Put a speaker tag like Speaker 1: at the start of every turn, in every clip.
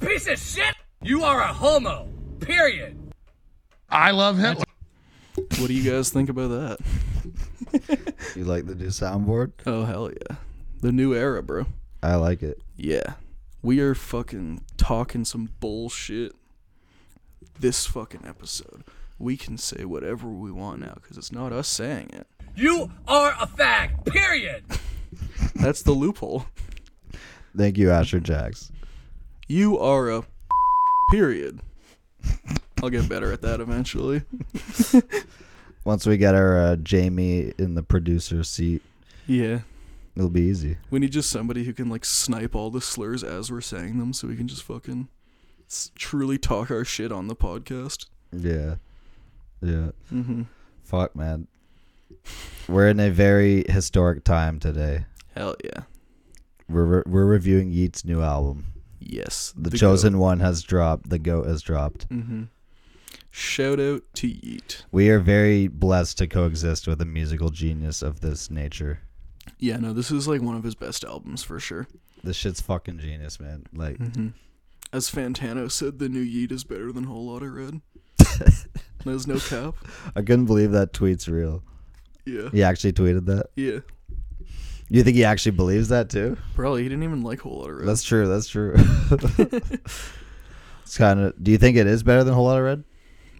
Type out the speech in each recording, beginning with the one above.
Speaker 1: piece of shit. You are a homo. Period.
Speaker 2: I love Hitler.
Speaker 3: What do you guys think about that?
Speaker 4: You like the new soundboard?
Speaker 3: Oh hell yeah. The new era, bro.
Speaker 4: I like it.
Speaker 3: Yeah. We are fucking talking some bullshit this fucking episode. We can say whatever we want now because it's not us saying it.
Speaker 1: You are a fag. Period.
Speaker 3: That's the loophole.
Speaker 4: Thank you, Asher Jax.
Speaker 3: You are a period. I'll get better at that eventually.
Speaker 4: Once we get our uh, Jamie in the producer seat,
Speaker 3: Yeah.
Speaker 4: it'll be easy.
Speaker 3: We need just somebody who can like snipe all the slurs as we're saying them so we can just fucking s- truly talk our shit on the podcast.
Speaker 4: Yeah. Yeah.
Speaker 3: Mm-hmm.
Speaker 4: Fuck, man. We're in a very historic time today.
Speaker 3: Hell yeah.
Speaker 4: We're re- we're reviewing Yeat's new album.
Speaker 3: Yes.
Speaker 4: The, Chosen One has dropped. The Goat has dropped.
Speaker 3: Mm-hmm. Shout out to Yeet.
Speaker 4: We are very blessed to coexist with a musical genius of this nature.
Speaker 3: Yeah, no, this is like one of his best albums for sure.
Speaker 4: This shit's fucking genius, man. Like,
Speaker 3: As Fantano said, the new Yeet is better than Whole Lotta Red. There's no cap.
Speaker 4: I couldn't believe that tweet's real.
Speaker 3: Yeah.
Speaker 4: He actually tweeted that.
Speaker 3: Yeah.
Speaker 4: You think he actually believes that too?
Speaker 3: Probably he didn't even like Whole Lotta Red.
Speaker 4: That's true. That's true. it's kind of. Do you think it is better than Whole Lot of Red?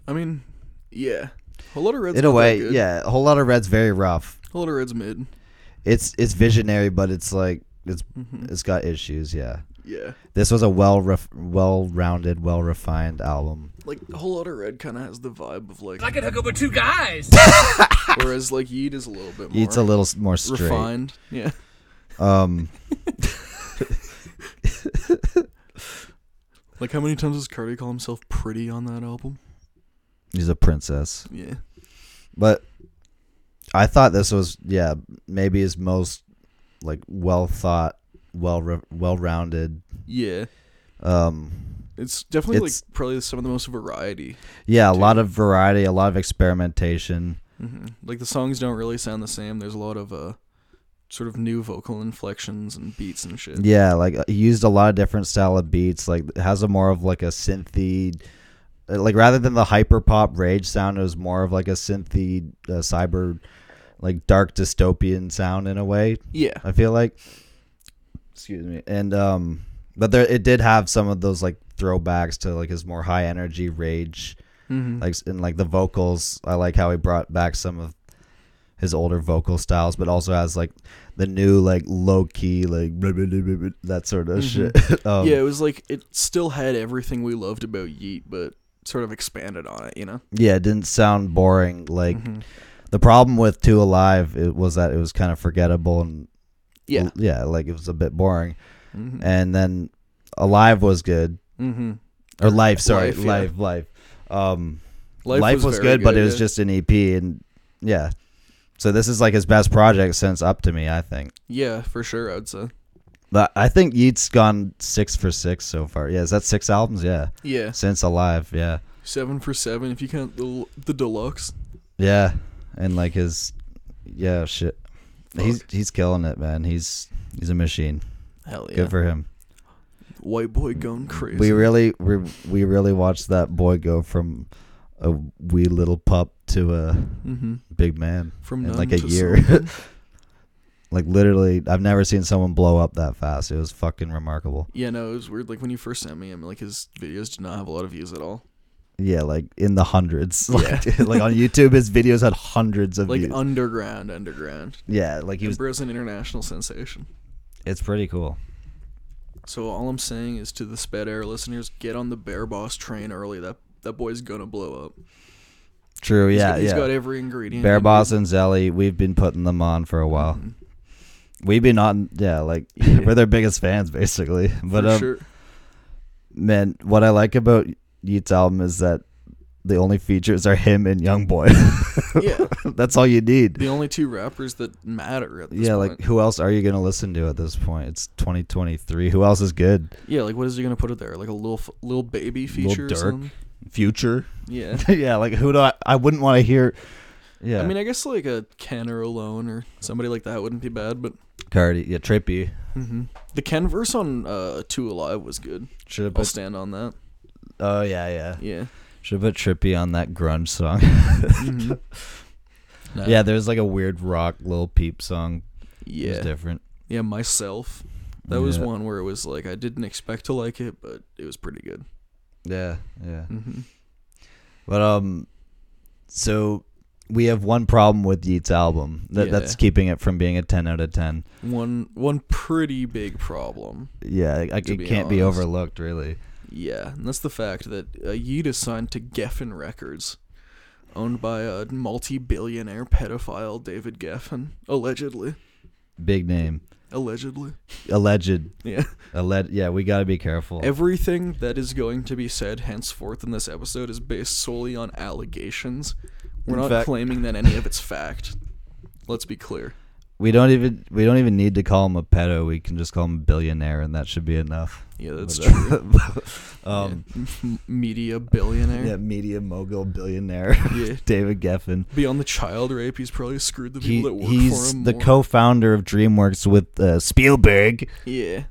Speaker 3: I mean, yeah. Whole Lotta Red's
Speaker 4: In
Speaker 3: not
Speaker 4: a
Speaker 3: that
Speaker 4: way,
Speaker 3: good.
Speaker 4: yeah. Whole Lot of Red's very rough.
Speaker 3: Whole Lotta Red's mid.
Speaker 4: It's it's visionary, but it's like it's
Speaker 3: Mm-hmm.
Speaker 4: it's got issues. Yeah.
Speaker 3: Yeah.
Speaker 4: This was a well ref, well rounded, well refined album.
Speaker 3: Like Whole Lotta Red kind of has the vibe of like,
Speaker 1: I could hook up with two guys.
Speaker 3: whereas like Yeet is a little bit more
Speaker 4: It's a little s- more straight.
Speaker 3: refined. Yeah.
Speaker 4: Um,
Speaker 3: Like how many times does Cardi call himself pretty on that album?
Speaker 4: he's a princess,
Speaker 3: Yeah.
Speaker 4: but I thought this was yeah maybe his most like well thought, well re- well rounded.
Speaker 3: Yeah.
Speaker 4: Um,
Speaker 3: It's definitely
Speaker 4: It's-
Speaker 3: like probably some of the most variety.
Speaker 4: Yeah, a lot of variety, a lot of experimentation.
Speaker 3: Like the songs don't really sound the same. There's a lot of uh, sort of new vocal inflections and beats and shit.
Speaker 4: Yeah, like he used a lot of different style of beats. Like it has a more of like a synthy, uh, like rather than the hyper pop rage sound, it was more of like a synthy uh, cyber, like dark dystopian sound in a way.
Speaker 3: Yeah.
Speaker 4: I feel like. Excuse me, and um, but there it did have some of those like throwbacks to like his more high energy rage,
Speaker 3: Mhm.
Speaker 4: like and like the vocals. I like how he brought back some of his older vocal styles, but also has like the new like low key like blah, blah, blah, blah, blah, that sort of shit. um,
Speaker 3: yeah, it was like it still had everything we loved about Yeet, but sort of expanded on it. You know.
Speaker 4: yeah, it didn't sound boring. Like the problem with Two Alive it was that it was kind of forgettable and
Speaker 3: Yeah.
Speaker 4: yeah, like it was a bit boring. And then Alive was good.
Speaker 3: Mm-hmm.
Speaker 4: or life sorry
Speaker 3: Life,
Speaker 4: life
Speaker 3: yeah.
Speaker 4: life, um life, was,
Speaker 3: very
Speaker 4: good, but it was
Speaker 3: yeah.
Speaker 4: just an ep and yeah so this is like his best project since up to me i think
Speaker 3: yeah, for sure. I would say.
Speaker 4: but i think yeat's gone six for six so far yeah is that six albums yeah
Speaker 3: Yeah,
Speaker 4: since alive yeah
Speaker 3: seven for seven if you count the the deluxe.
Speaker 4: yeah and like his yeah shit he's
Speaker 3: Fuck.
Speaker 4: he's killing it man he's he's a machine
Speaker 3: Hell yeah.
Speaker 4: good for him
Speaker 3: White boy going crazy.
Speaker 4: we really we, we really watched that boy go from a wee little pup to a
Speaker 3: mm-hmm.
Speaker 4: big man
Speaker 3: From
Speaker 4: in
Speaker 3: none
Speaker 4: like a
Speaker 3: to
Speaker 4: year
Speaker 3: something.
Speaker 4: like literally i've never seen someone blow up that fast it was fucking remarkable
Speaker 3: yeah, no, it was weird. Like when you first sent me him, like his videos did not have a lot of views at all.
Speaker 4: yeah like in the hundreds like, like on youtube his videos had hundreds of
Speaker 3: Like
Speaker 4: views
Speaker 3: underground, underground.
Speaker 4: yeah like he was
Speaker 3: Bro's an international sensation.
Speaker 4: it's pretty cool
Speaker 3: So all I'm saying is to the Sped Air listeners, get on the Bear Boss train early. That that boy's gonna blow up.
Speaker 4: true
Speaker 3: He's
Speaker 4: yeah
Speaker 3: got- he's
Speaker 4: yeah
Speaker 3: got every ingredient.
Speaker 4: bear
Speaker 3: in
Speaker 4: boss
Speaker 3: him.
Speaker 4: and zelly we've been putting them on for a while
Speaker 3: Mm-hmm.
Speaker 4: we've been on yeah like we're their biggest fans basically but
Speaker 3: For
Speaker 4: um,
Speaker 3: sure.
Speaker 4: man what i like about yeat's album is that the only features are him and young boy
Speaker 3: yeah,
Speaker 4: that's all you need
Speaker 3: the only two rappers that matter at this
Speaker 4: yeah
Speaker 3: point.
Speaker 4: like who else are you gonna listen to at this point it's 2023 who else is good
Speaker 3: yeah, like what is he gonna put it there? Like a little f- little baby feature. or
Speaker 4: Durk.
Speaker 3: something?
Speaker 4: future
Speaker 3: Yeah.
Speaker 4: yeah like who do i i wouldn't want to hear Yeah.
Speaker 3: I mean, I guess like a Ken or Alone or somebody like that wouldn't be bad, but
Speaker 4: Cardi, yeah, Trippy.
Speaker 3: the Ken verse on uh, Two Alive was good.
Speaker 4: Should have
Speaker 3: I'll
Speaker 4: put.
Speaker 3: stand on that.
Speaker 4: Oh yeah, yeah.
Speaker 3: Yeah. Mm-hmm.
Speaker 4: Should have put Trippy on that grunge song.
Speaker 3: Nah.
Speaker 4: yeah, there's like a weird rock little peep song. Yeah. It's
Speaker 3: Yeah.
Speaker 4: different.
Speaker 3: Yeah, myself. That was
Speaker 4: Yeah.
Speaker 3: one where it was like I didn't expect to like it, but it was pretty good.
Speaker 4: Yeah, yeah.
Speaker 3: Mhm.
Speaker 4: But um, so we have one problem with Yeats' album that
Speaker 3: Yeah.
Speaker 4: that's keeping it from being a ten out of ten.
Speaker 3: One one pretty big problem.
Speaker 4: Yeah, I, it
Speaker 3: To
Speaker 4: can't
Speaker 3: be
Speaker 4: be
Speaker 3: honest.
Speaker 4: overlooked, really.
Speaker 3: Yeah, and that's the fact that uh, Yeet is signed to Geffen Records, owned by a multi-billionaire pedophile David Geffen, allegedly.
Speaker 4: Big name,
Speaker 3: Allegedly.
Speaker 4: alleged,
Speaker 3: Yeah.
Speaker 4: alleged. Yeah, we gotta be careful.
Speaker 3: Everything that is going to be said henceforth in this episode is based solely on allegations. We're
Speaker 4: In
Speaker 3: not
Speaker 4: fact-
Speaker 3: claiming that any of it's fact. Let's be clear.
Speaker 4: we don't even we don't even need to call him a pedo. We can just call him a billionaire, and that should be enough.
Speaker 3: Yeah, that's true.
Speaker 4: um,
Speaker 3: M- media billionaire.
Speaker 4: yeah, media mogul billionaire
Speaker 3: Yeah.
Speaker 4: David Geffen.
Speaker 3: Beyond the child rape, he's probably screwed the people
Speaker 4: He,
Speaker 3: that work
Speaker 4: he's
Speaker 3: for him.
Speaker 4: the
Speaker 3: more.
Speaker 4: co-founder of DreamWorks with uh, Spielberg.
Speaker 3: Yeah.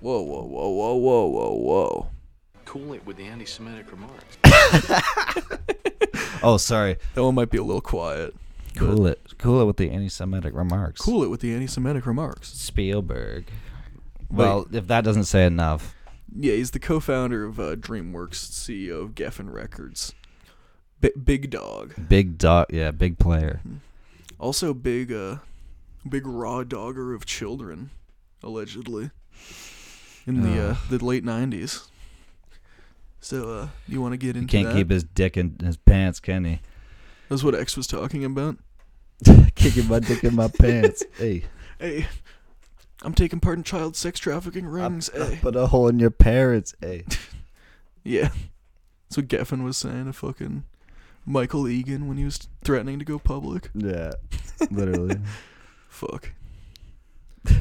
Speaker 3: Whoa, whoa, whoa, whoa, whoa, whoa, whoa.
Speaker 5: Cool it with the anti-Semitic remarks.
Speaker 4: Oh, sorry.
Speaker 3: That one might be a little quiet.
Speaker 4: Cool it. Cool it with the anti-Semitic remarks.
Speaker 3: Cool it with the anti-Semitic remarks.
Speaker 4: Spielberg. Well, if that doesn't say enough,
Speaker 3: Yeah, he's the co-founder of uh, DreamWorks, CEO of Geffen Records. B- big dog.
Speaker 4: big dog. Yeah, big player.
Speaker 3: Also, big, uh, big raw dogger of children, allegedly, in the
Speaker 4: Oh.
Speaker 3: uh, the late '90s. So, uh, you want to get
Speaker 4: He
Speaker 3: into
Speaker 4: can't
Speaker 3: that?
Speaker 4: keep his dick in his pants, can he?
Speaker 3: That's what X was talking about.
Speaker 4: Kicking my dick in my pants. Hey,
Speaker 3: Hey, I'm taking part in child sex trafficking rings. Hey,
Speaker 4: put a hole in your parents. Hey.
Speaker 3: yeah, that's what Geffen was saying to fucking Michael Egan when he was threatening to go public.
Speaker 4: Yeah, literally.
Speaker 3: Fuck.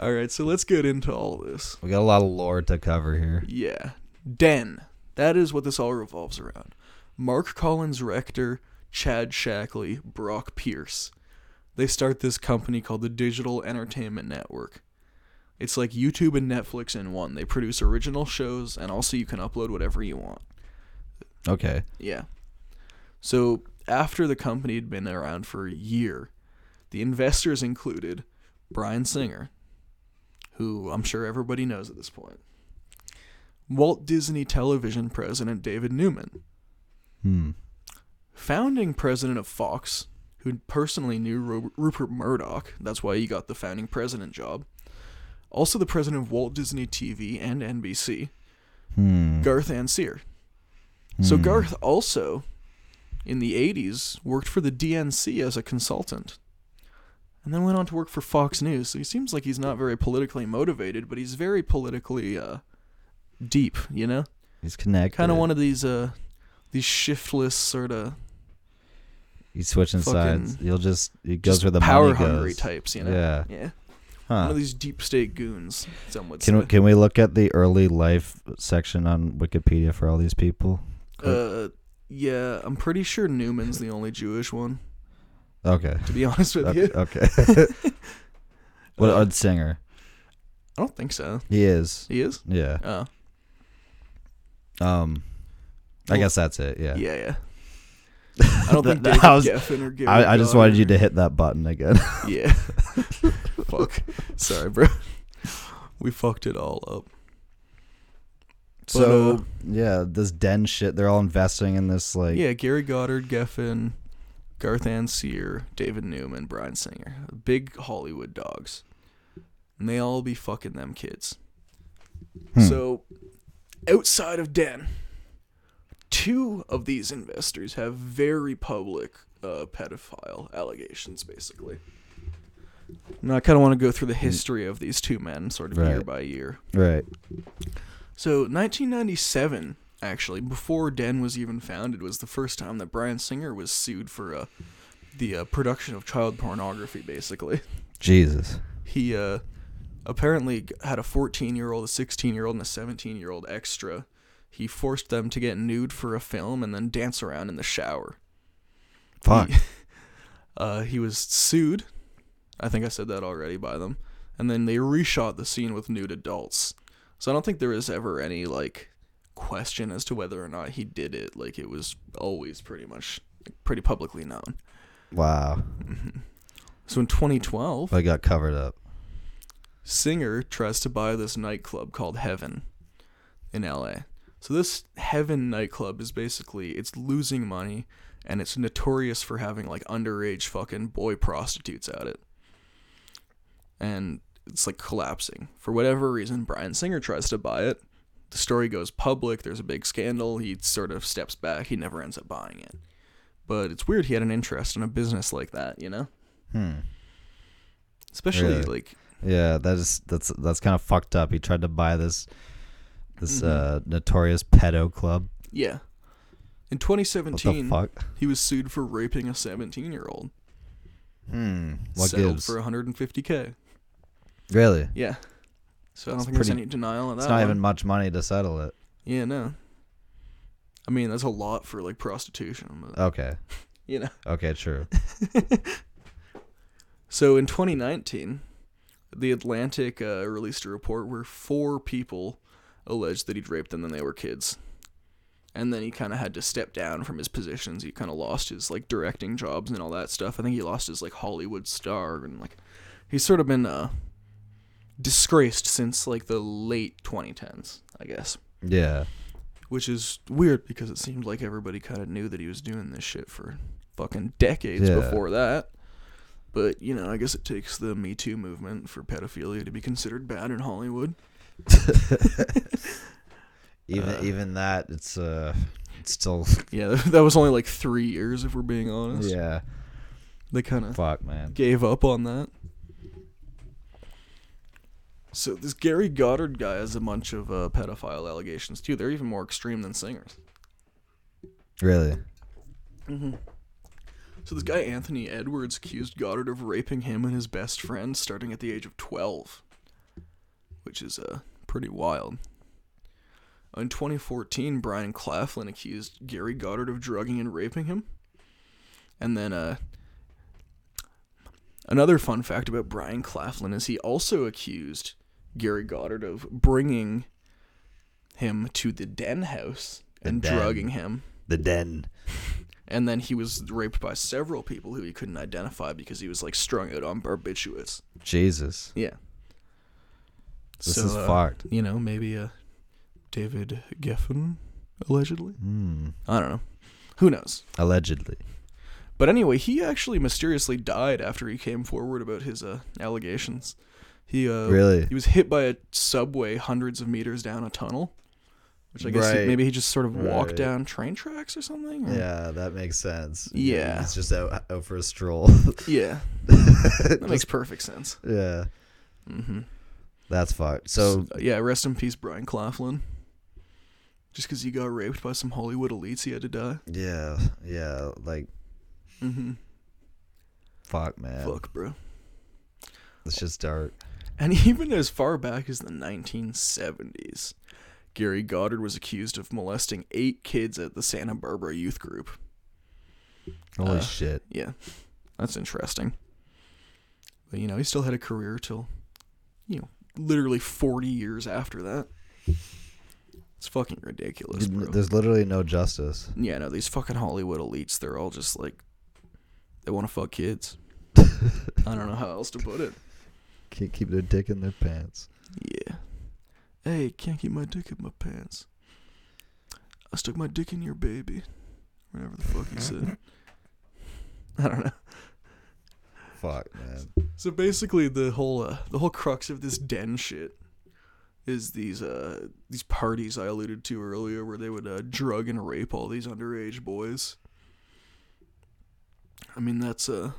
Speaker 3: all right, so let's get into all this.
Speaker 4: we got a lot of lore to cover here.
Speaker 3: Yeah. Den. That is what this all revolves around. Mark Collins Rector, Chad Shackley, Brock Pierce. They start this company called the Digital Entertainment Network. It's like YouTube and Netflix in one. They produce original shows and also you can upload whatever you want.
Speaker 4: Okay.
Speaker 3: Yeah. So after the company had been around for a year, the investors included Brian Singer, who I'm sure everybody knows at this point, Walt Disney Television president David Newman,
Speaker 4: Hmm.
Speaker 3: founding president of Fox, who personally knew Ru- Rupert Murdoch. That's why he got the founding president job. Also, the president of Walt Disney TV and NBC,
Speaker 4: Hmm.
Speaker 3: Garth Ansir. So Garth also, in the 80s, worked for the DNC as a consultant. And then went on to work for Fox News. So he seems like he's not very politically motivated, but he's very politically uh, deep, you know?
Speaker 4: He's connected.
Speaker 3: Kind of one of these uh, these shiftless sort of
Speaker 4: He's switching
Speaker 3: fucking-
Speaker 4: sides. He'll just he goes
Speaker 3: just
Speaker 4: where the
Speaker 3: power
Speaker 4: money
Speaker 3: hungry
Speaker 4: goes.
Speaker 3: types, you know?
Speaker 4: Yeah.
Speaker 3: Yeah. One
Speaker 4: Huh.
Speaker 3: of these deep state goons, some would
Speaker 4: Can we,
Speaker 3: say.
Speaker 4: can we look at the early life section on Wikipedia for all these people?
Speaker 3: uh, yeah, I'm pretty sure Newman's the only Jewish one,
Speaker 4: Okay.
Speaker 3: to be honest with
Speaker 4: Okay.
Speaker 3: you.
Speaker 4: okay. what odd singer?
Speaker 3: I don't think so.
Speaker 4: Uh, He is.
Speaker 3: He is?
Speaker 4: Yeah.
Speaker 3: Oh.
Speaker 4: Um, I
Speaker 3: Well,
Speaker 4: guess that's it. Yeah.
Speaker 3: Yeah, yeah. I don't think
Speaker 4: That-
Speaker 3: David
Speaker 4: I was-
Speaker 3: Geffen or Gary
Speaker 4: I, I just
Speaker 3: Goddard
Speaker 4: wanted you
Speaker 3: or-
Speaker 4: to hit that button again.
Speaker 3: Yeah. Fuck. Sorry, bro. We fucked it all up.
Speaker 4: so
Speaker 3: uh,
Speaker 4: yeah, this den shit. They're all investing in this like.
Speaker 3: Yeah, Gary Goddard, Geffen, Garth Anseer, David Newman, Brian Singer. Big Hollywood dogs. And they all be fucking them kids.
Speaker 4: Hmm.
Speaker 3: So, outside of Den, two of these investors have very public uh, pedophile allegations, basically. Now, I kind of want to go through the history of these two men, sort of year
Speaker 4: Hmm. Right.
Speaker 3: by year.
Speaker 4: Right.
Speaker 3: So 1997, actually, before Den was even founded, was the first time that Brian Singer was sued for uh, the uh, production of child pornography. Basically,
Speaker 4: Jesus.
Speaker 3: he uh, apparently g- had a 14-year-old, a 16-year-old, and a 17-year-old extra. He forced them to get nude for a film and then dance around in the shower.
Speaker 4: Fuck.
Speaker 3: Uh, he was sued. I think I said that already by them. And then they reshot the scene with nude adults. So I don't think there was ever any like question as to whether or not he did it. Like it was always pretty much pretty publicly known.
Speaker 4: Wow.
Speaker 3: So in 2012,
Speaker 4: But it got covered up.
Speaker 3: singer tries to buy this nightclub called Heaven in LA. So this Heaven nightclub is basically it's losing money and it's notorious for having like underage fucking boy prostitutes at it. And it's like collapsing. For whatever reason, Brian Singer tries to buy it. The story goes public, there's a big scandal, he sort of steps back, he never ends up buying it. But it's weird he had an interest in a business like that, you know?
Speaker 4: Hmm.
Speaker 3: Especially
Speaker 4: Really?
Speaker 3: like
Speaker 4: Yeah, that is that's that's kind of fucked up. He tried to buy this this uh, notorious pedo club.
Speaker 3: Yeah. In
Speaker 4: What
Speaker 3: 2017,
Speaker 4: the fuck?
Speaker 3: he was sued for raping a 17-year-old.
Speaker 4: Hmm. What
Speaker 3: settled
Speaker 4: gives?
Speaker 3: for 150k.
Speaker 4: Really?
Speaker 3: Yeah. So I don't
Speaker 4: It's
Speaker 3: think there's
Speaker 4: pretty-
Speaker 3: any denial of that.
Speaker 4: It's not
Speaker 3: one.
Speaker 4: even much money to settle it.
Speaker 3: Yeah, no. I mean, that's a lot for like prostitution, but,
Speaker 4: Okay.
Speaker 3: you know.
Speaker 4: Okay. True.
Speaker 3: So in 2019, the Atlantic uh, released a report where four people alleged that he'd raped them when they were kids. And then he kind of had to step down from his positions. He kind of lost his like directing jobs and all that stuff. I think he lost his like Hollywood star and like he's sort of been uh disgraced since like the late 2010s, I guess.
Speaker 4: Yeah.
Speaker 3: Which is weird because it seemed like everybody kind of knew that he was doing this shit for fucking decades
Speaker 4: Yeah.
Speaker 3: before that. But, you know, I guess it takes the Me Too movement for pedophilia to be considered bad in Hollywood.
Speaker 4: Even even that, it's uh, it's still
Speaker 3: Yeah, that was only like three years, if we're being honest.
Speaker 4: yeah.
Speaker 3: They kind of
Speaker 4: Fuck, man.
Speaker 3: gave up on that. So, this Gary Goddard guy has a bunch of uh, pedophile allegations, too. They're even more extreme than singers.
Speaker 4: Really?
Speaker 3: So this guy Anthony Edwards accused Goddard of raping him and his best friend starting at the age of 12, which is uh, pretty wild. In 2014, Brian Claflin accused Gary Goddard of drugging and raping him. And then uh, another fun fact about Brian Claflin is he also accused Gary Goddard of bringing him to the den house and
Speaker 4: den.
Speaker 3: drugging him
Speaker 4: The den.
Speaker 3: and then he was raped by several people who he couldn't identify because he was like strung out on barbiturates.
Speaker 4: Jesus.
Speaker 3: Yeah.
Speaker 4: This
Speaker 3: So,
Speaker 4: is
Speaker 3: uh,
Speaker 4: fucked.
Speaker 3: You know, maybe uh, David Geffen, allegedly.
Speaker 4: Hmm.
Speaker 3: I don't know. Who knows?
Speaker 4: Allegedly.
Speaker 3: But anyway, he actually mysteriously died after he came forward about his uh, allegations. He uh,
Speaker 4: Really?
Speaker 3: he was hit by a subway hundreds of meters down a tunnel, which I guess he-
Speaker 4: Right.
Speaker 3: maybe he just sort of walked
Speaker 4: Right.
Speaker 3: down train tracks or something. or-
Speaker 4: Yeah, that makes sense.
Speaker 3: Yeah.
Speaker 4: He's just out, out for a stroll.
Speaker 3: yeah, that makes perfect sense.
Speaker 4: yeah.
Speaker 3: Mm-hmm.
Speaker 4: That's fucked. So
Speaker 3: S- yeah, rest in peace, Brian Claflin. Just because he got raped by some Hollywood elites, he had to die.
Speaker 4: yeah, yeah, like
Speaker 3: Mm-hmm.
Speaker 4: fuck, man.
Speaker 3: Fuck, bro.
Speaker 4: It's just dark.
Speaker 3: And even as far back as the 1970s, Gary Goddard was accused of molesting eight kids at the Santa Barbara Youth Group.
Speaker 4: Holy
Speaker 3: Uh,
Speaker 4: shit.
Speaker 3: Yeah, that's interesting. But you know, he still had a career till, you know, literally 40 years after that. It's fucking ridiculous,
Speaker 4: Dude,
Speaker 3: bro.
Speaker 4: There's literally no justice.
Speaker 3: Yeah, no, these fucking Hollywood elites, they're all just like, they want to fuck kids. I don't know how else to put it.
Speaker 4: Can't keep their dick in their pants.
Speaker 3: Yeah. Hey, can't keep my dick in my pants. I stuck my dick in your baby. Whatever the fuck he said. I don't know.
Speaker 4: Fuck, man.
Speaker 3: So basically, the whole uh, the whole crux of this den shit is these uh these parties I alluded to earlier, where they would uh, drug and rape all these underage boys. I mean, that's uh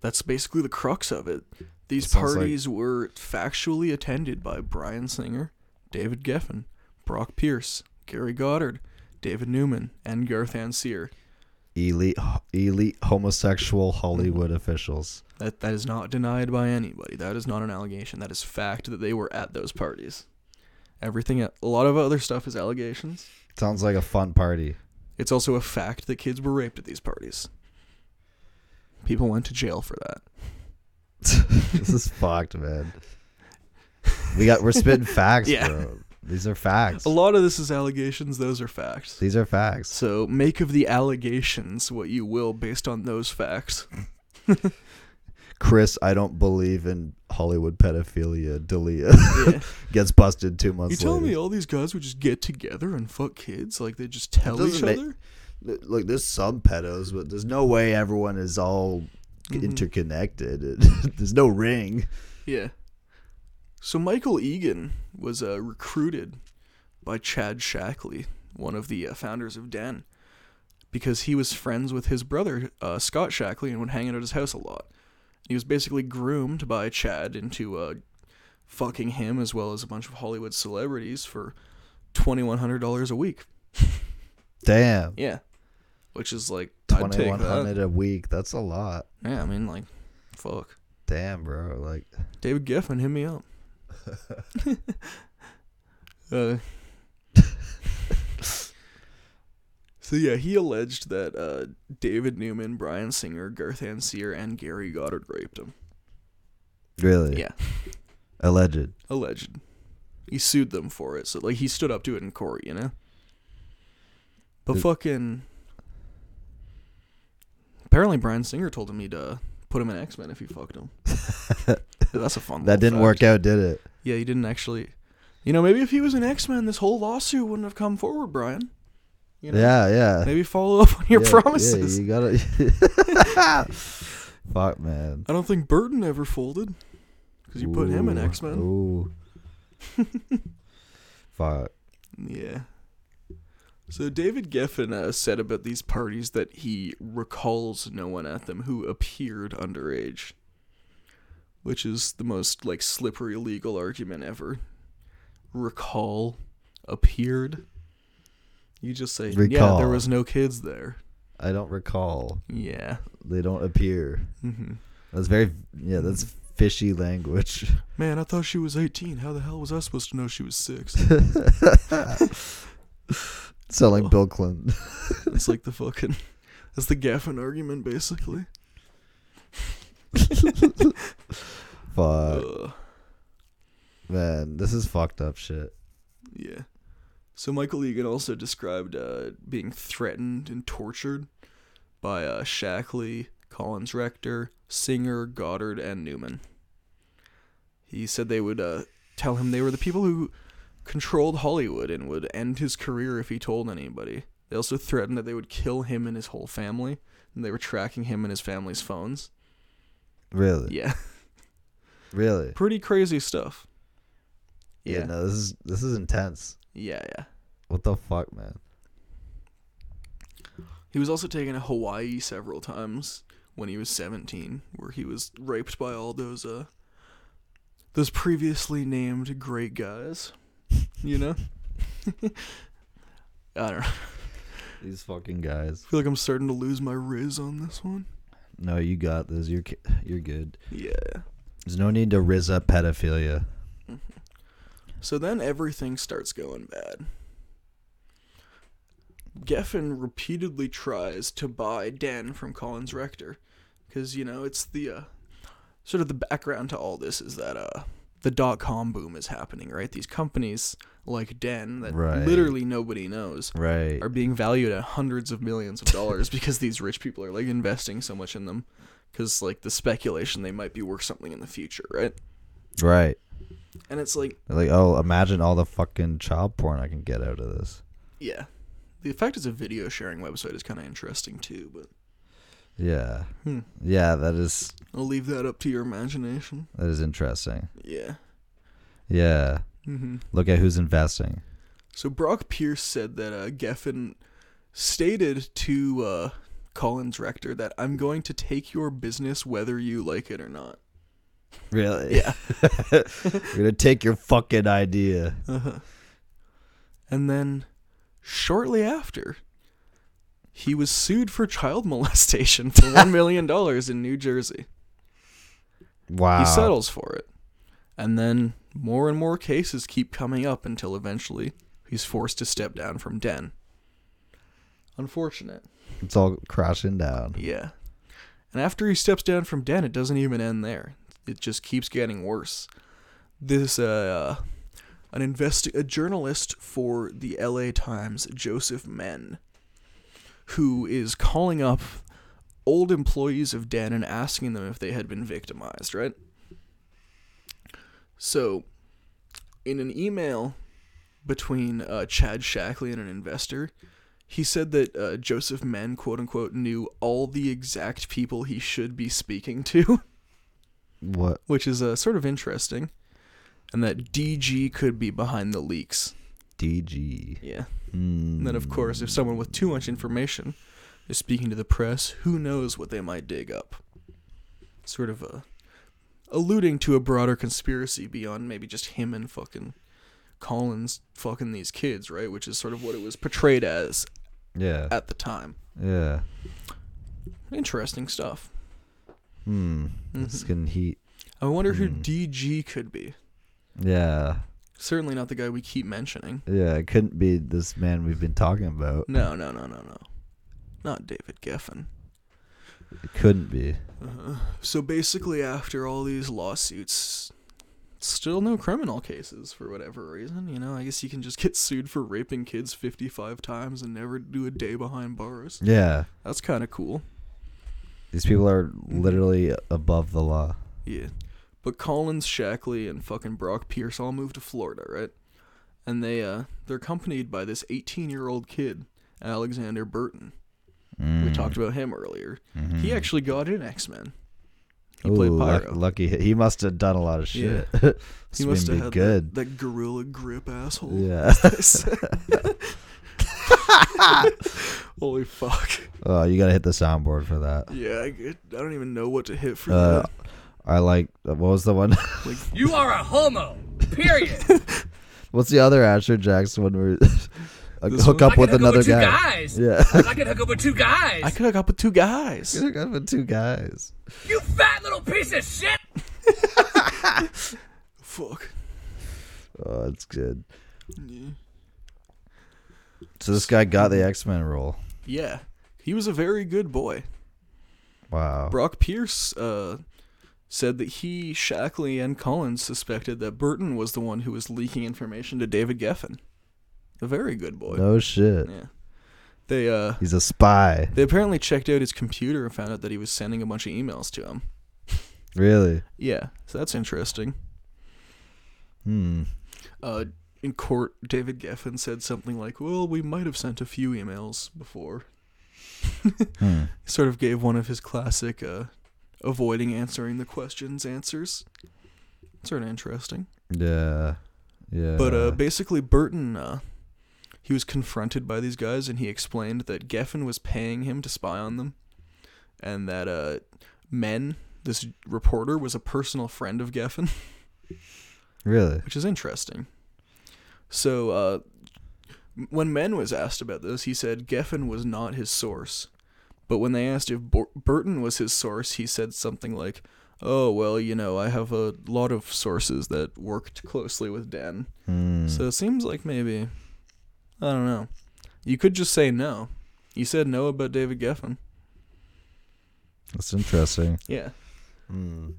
Speaker 3: that's basically the crux of it. These
Speaker 4: That sounds like-
Speaker 3: parties were factually attended by Brian Singer, David Geffen, Brock Pierce, Gary Goddard, David Newman, and Garth Anseer.
Speaker 4: Elite ho- elite homosexual Hollywood officials.
Speaker 3: That that is not denied by anybody. That is not an allegation. That is fact that they were at those parties. Everything a lot of other stuff is allegations.
Speaker 4: Sounds like a fun party.
Speaker 3: It It's also a fact that kids were raped at these parties. People went to jail for that.
Speaker 4: this is fucked, man. We got we're spitting facts,
Speaker 3: Yeah.
Speaker 4: bro. These are facts.
Speaker 3: A lot of this is allegations, those are facts.
Speaker 4: These are facts.
Speaker 3: So make of the allegations what you will based on those facts.
Speaker 4: Chris, I don't believe in Hollywood pedophilia. Dalia gets busted two months
Speaker 3: You telling me
Speaker 4: later.
Speaker 3: all these guys would just get together and fuck kids? Like they just tell each
Speaker 4: doesn't make-
Speaker 3: other?
Speaker 4: Look, there's some pedos, but there's no way everyone is all
Speaker 3: Mm-hmm.
Speaker 4: interconnected. there's no ring.
Speaker 3: Yeah. So Michael Egan was uh, recruited by Chad Shackley, one of the uh, founders of Den, because he was friends with his brother uh, Scott Shackley and would hang out at his house a lot. He was basically groomed by Chad into uh, fucking him as well as a bunch of Hollywood celebrities for twenty one hundred dollars a week.
Speaker 4: Damn.
Speaker 3: Yeah, which is like I'd
Speaker 4: Twenty
Speaker 3: take
Speaker 4: one
Speaker 3: that.
Speaker 4: hundred a week. That's a lot.
Speaker 3: Yeah, I mean like, fuck.
Speaker 4: Damn, bro. Like
Speaker 3: David Geffen, hit me up. uh, so yeah, he alleged that uh, David Newman, Brian Singer, Garth Hanseer, and Gary Goddard raped him.
Speaker 4: really.
Speaker 3: Yeah,
Speaker 4: Alleged.
Speaker 3: alleged. He sued them for it, so like he stood up to it in court, you know. But
Speaker 4: Is-
Speaker 3: fucking. Apparently, Brian Singer told him he'd uh, put him in X Men if he fucked him. That's a fun. little
Speaker 4: That didn't
Speaker 3: fact.
Speaker 4: work out, did it?
Speaker 3: Yeah, he didn't actually. You know, maybe if he was an X Men, this whole lawsuit wouldn't have come forward, Brian. You know,
Speaker 4: Yeah, yeah.
Speaker 3: Maybe follow up on your
Speaker 4: Yeah,
Speaker 3: promises.
Speaker 4: Yeah, you gotta. Fuck, man.
Speaker 3: I don't think Burton ever folded because you put him in
Speaker 4: Ooh,
Speaker 3: X Men.
Speaker 4: Ooh. Fuck.
Speaker 3: Yeah. So David Geffen uh, said about these parties that he recalls no one at them who appeared underage, which is the most like slippery legal argument ever. Recall appeared. You just say, yeah, there
Speaker 4: Recall.
Speaker 3: was no kids there.
Speaker 4: I don't recall.
Speaker 3: Yeah.
Speaker 4: They don't appear.
Speaker 3: Mm-hmm.
Speaker 4: That's very. Yeah, that's fishy language.
Speaker 3: Man, I thought she was 18. How the hell was I supposed to know she was six?
Speaker 4: Selling Bill Clinton.
Speaker 3: That's like the fucking. That's the Gaffin argument, basically.
Speaker 4: Fuck,
Speaker 3: Ugh,
Speaker 4: man. This is fucked up shit.
Speaker 3: yeah. So Michael Egan also described uh, being threatened and tortured by uh, Shackley, Collins Rector, Singer, Goddard, and Newman. He said they would uh, tell him they were the people who controlled Hollywood and would end his career if he told anybody. They also threatened that they would kill him and his whole family, and they were tracking him and his family's phones.
Speaker 4: Really,
Speaker 3: Yeah,
Speaker 4: really.
Speaker 3: pretty crazy stuff.
Speaker 4: Yeah. No, this is this is intense.
Speaker 3: yeah, yeah.
Speaker 4: What the fuck, man?
Speaker 3: He was also taken to Hawaii several times when he was 17, where he was raped by all those uh those previously named great guys. You know? I don't know. I
Speaker 4: These fucking guys.
Speaker 3: feel like I'm starting to lose my riz on this one.
Speaker 4: No, you got this. You're ki- you're good.
Speaker 3: Yeah.
Speaker 4: There's no need to riz up pedophilia.
Speaker 3: So then everything starts going bad. Geffen repeatedly tries to buy Dan from Collins Rector, because you know it's the uh, sort of the background to all this is that uh, the dot com boom is happening, right? These companies like Den that
Speaker 4: Right.
Speaker 3: literally nobody knows
Speaker 4: Right.
Speaker 3: are being valued at hundreds of millions of dollars because these rich people are like investing so much in them, because like the speculation they might be worth something in the future, right?
Speaker 4: Right.
Speaker 3: And it's like
Speaker 4: They're Like, oh, imagine all the fucking child porn I can get out of this.
Speaker 3: Yeah. The fact it's a video sharing website is kind of interesting too, but
Speaker 4: Yeah. Yeah, that is
Speaker 3: I'll leave that up to your imagination.
Speaker 4: that is interesting.
Speaker 3: Yeah.
Speaker 4: Yeah. Look at who's investing.
Speaker 3: So Brock Pierce said that uh, Geffen stated to uh, Collins Rector that I'm going to take your business whether you like it or not.
Speaker 4: Really? Yeah. We're gonna take your fucking idea.
Speaker 3: And then shortly after, he was sued for child molestation for $1 million in New Jersey.
Speaker 4: Wow.
Speaker 3: he settles for it. And then more and more cases keep coming up until eventually he's forced to step down from Den. Unfortunate.
Speaker 4: It's all crashing down.
Speaker 3: Yeah. And after he steps down from Den, it doesn't even end there. It just keeps getting worse. This uh an investi- a journalist for the LA Times, Joseph Men, who is calling up old employees of Den and asking them if they had been victimized, right? So, in an email between uh, Chad Shackley and an investor, he said that uh, Joseph Men, quote unquote, knew all the exact people he should be speaking to,
Speaker 4: What?
Speaker 3: which is uh, sort of interesting, and that DG could be behind the leaks.
Speaker 4: DG.
Speaker 3: Yeah. And then, of course, if someone with too much information is speaking to the press, who knows what they might dig up? Sort of a, alluding to a broader conspiracy beyond maybe just him and fucking Collins fucking these kids, right? Which is sort of what it was portrayed as
Speaker 4: Yeah.
Speaker 3: at the time.
Speaker 4: Yeah.
Speaker 3: Interesting stuff.
Speaker 4: Hmm. It's getting heat.
Speaker 3: I wonder who DG could be.
Speaker 4: Yeah.
Speaker 3: Certainly not the guy we keep mentioning.
Speaker 4: Yeah. It couldn't be this man we've been talking about.
Speaker 3: No, no, no, no, no. Not David Geffen.
Speaker 4: It couldn't be.
Speaker 3: So basically, after all these lawsuits, still no criminal cases for whatever reason. You know, I guess you can just get sued for raping kids 55 times and never do a day behind bars.
Speaker 4: Yeah.
Speaker 3: That's kind of cool.
Speaker 4: These people are
Speaker 3: Mm-hmm.
Speaker 4: literally above the law.
Speaker 3: Yeah. But Collins, Shackley, and fucking Brock Pierce all moved to Florida, right? And they uh they're accompanied by this 18-year-old kid, Alexander Burton.
Speaker 4: Mm.
Speaker 3: We talked about him earlier. He actually got in X-Men. He played
Speaker 4: Mm-hmm. Ooh, luck-
Speaker 3: Pyro.
Speaker 4: lucky he he must have done a lot of
Speaker 3: Yeah.
Speaker 4: shit.
Speaker 3: he
Speaker 4: he
Speaker 3: must have had
Speaker 4: good.
Speaker 3: That, that gorilla grip asshole.
Speaker 4: yeah.
Speaker 3: Holy fuck.
Speaker 4: oh, you gotta hit the soundboard for that.
Speaker 3: Yeah, I, get- I don't even know what to hit for
Speaker 4: Uh,
Speaker 3: that.
Speaker 4: I like. uh, What was the one?
Speaker 1: You are a homo. Period.
Speaker 4: What's the other Asher Jackson one where uh,
Speaker 3: This
Speaker 4: hook
Speaker 3: one?
Speaker 1: I
Speaker 4: up
Speaker 1: can
Speaker 4: with
Speaker 1: hook
Speaker 4: another
Speaker 1: up with two
Speaker 4: guy?
Speaker 1: guys.
Speaker 4: Yeah,
Speaker 1: I can hook up with two guys.
Speaker 3: I could have got with two guys.
Speaker 4: hook up with two guys.
Speaker 1: You fat little piece of shit.
Speaker 3: Fuck.
Speaker 4: Oh, that's good. So this guy got the X Men role.
Speaker 3: Yeah. He was a very good boy.
Speaker 4: Wow.
Speaker 3: Brock Pierce uh, said that he, Shackley, and Collins suspected that Burton was the one who was leaking information to David Geffen. A very good boy.
Speaker 4: No shit.
Speaker 3: Yeah. They uh,
Speaker 4: He's a spy.
Speaker 3: they apparently checked out his computer and found out that he was sending a bunch of emails to him.
Speaker 4: Really?
Speaker 3: Yeah, so that's interesting.
Speaker 4: Hmm.
Speaker 3: Uh, in court, David Geffen said something like, "Well, we might have sent a few emails before."
Speaker 4: Hmm.
Speaker 3: Sort of gave one of his classic uh, avoiding answering the questions answers. Sort of interesting.
Speaker 4: Yeah. Yeah.
Speaker 3: But uh, basically, Burton, uh, he was confronted by these guys, and he explained that Geffen was paying him to spy on them, and that uh, Men, this reporter, was a personal friend of Geffen,
Speaker 4: really?
Speaker 3: which is interesting. So uh, m- when Men was asked about this, he said Geffen was not his source. But when they asked if Bur- Burton was his source, he said something like, "Oh well, you know, I have a lot of sources that worked closely with Dan."
Speaker 4: Hmm.
Speaker 3: So it seems like maybe I don't know. You could just say no. You said no about David Geffen.
Speaker 4: That's interesting.
Speaker 3: Yeah.
Speaker 4: Hmm.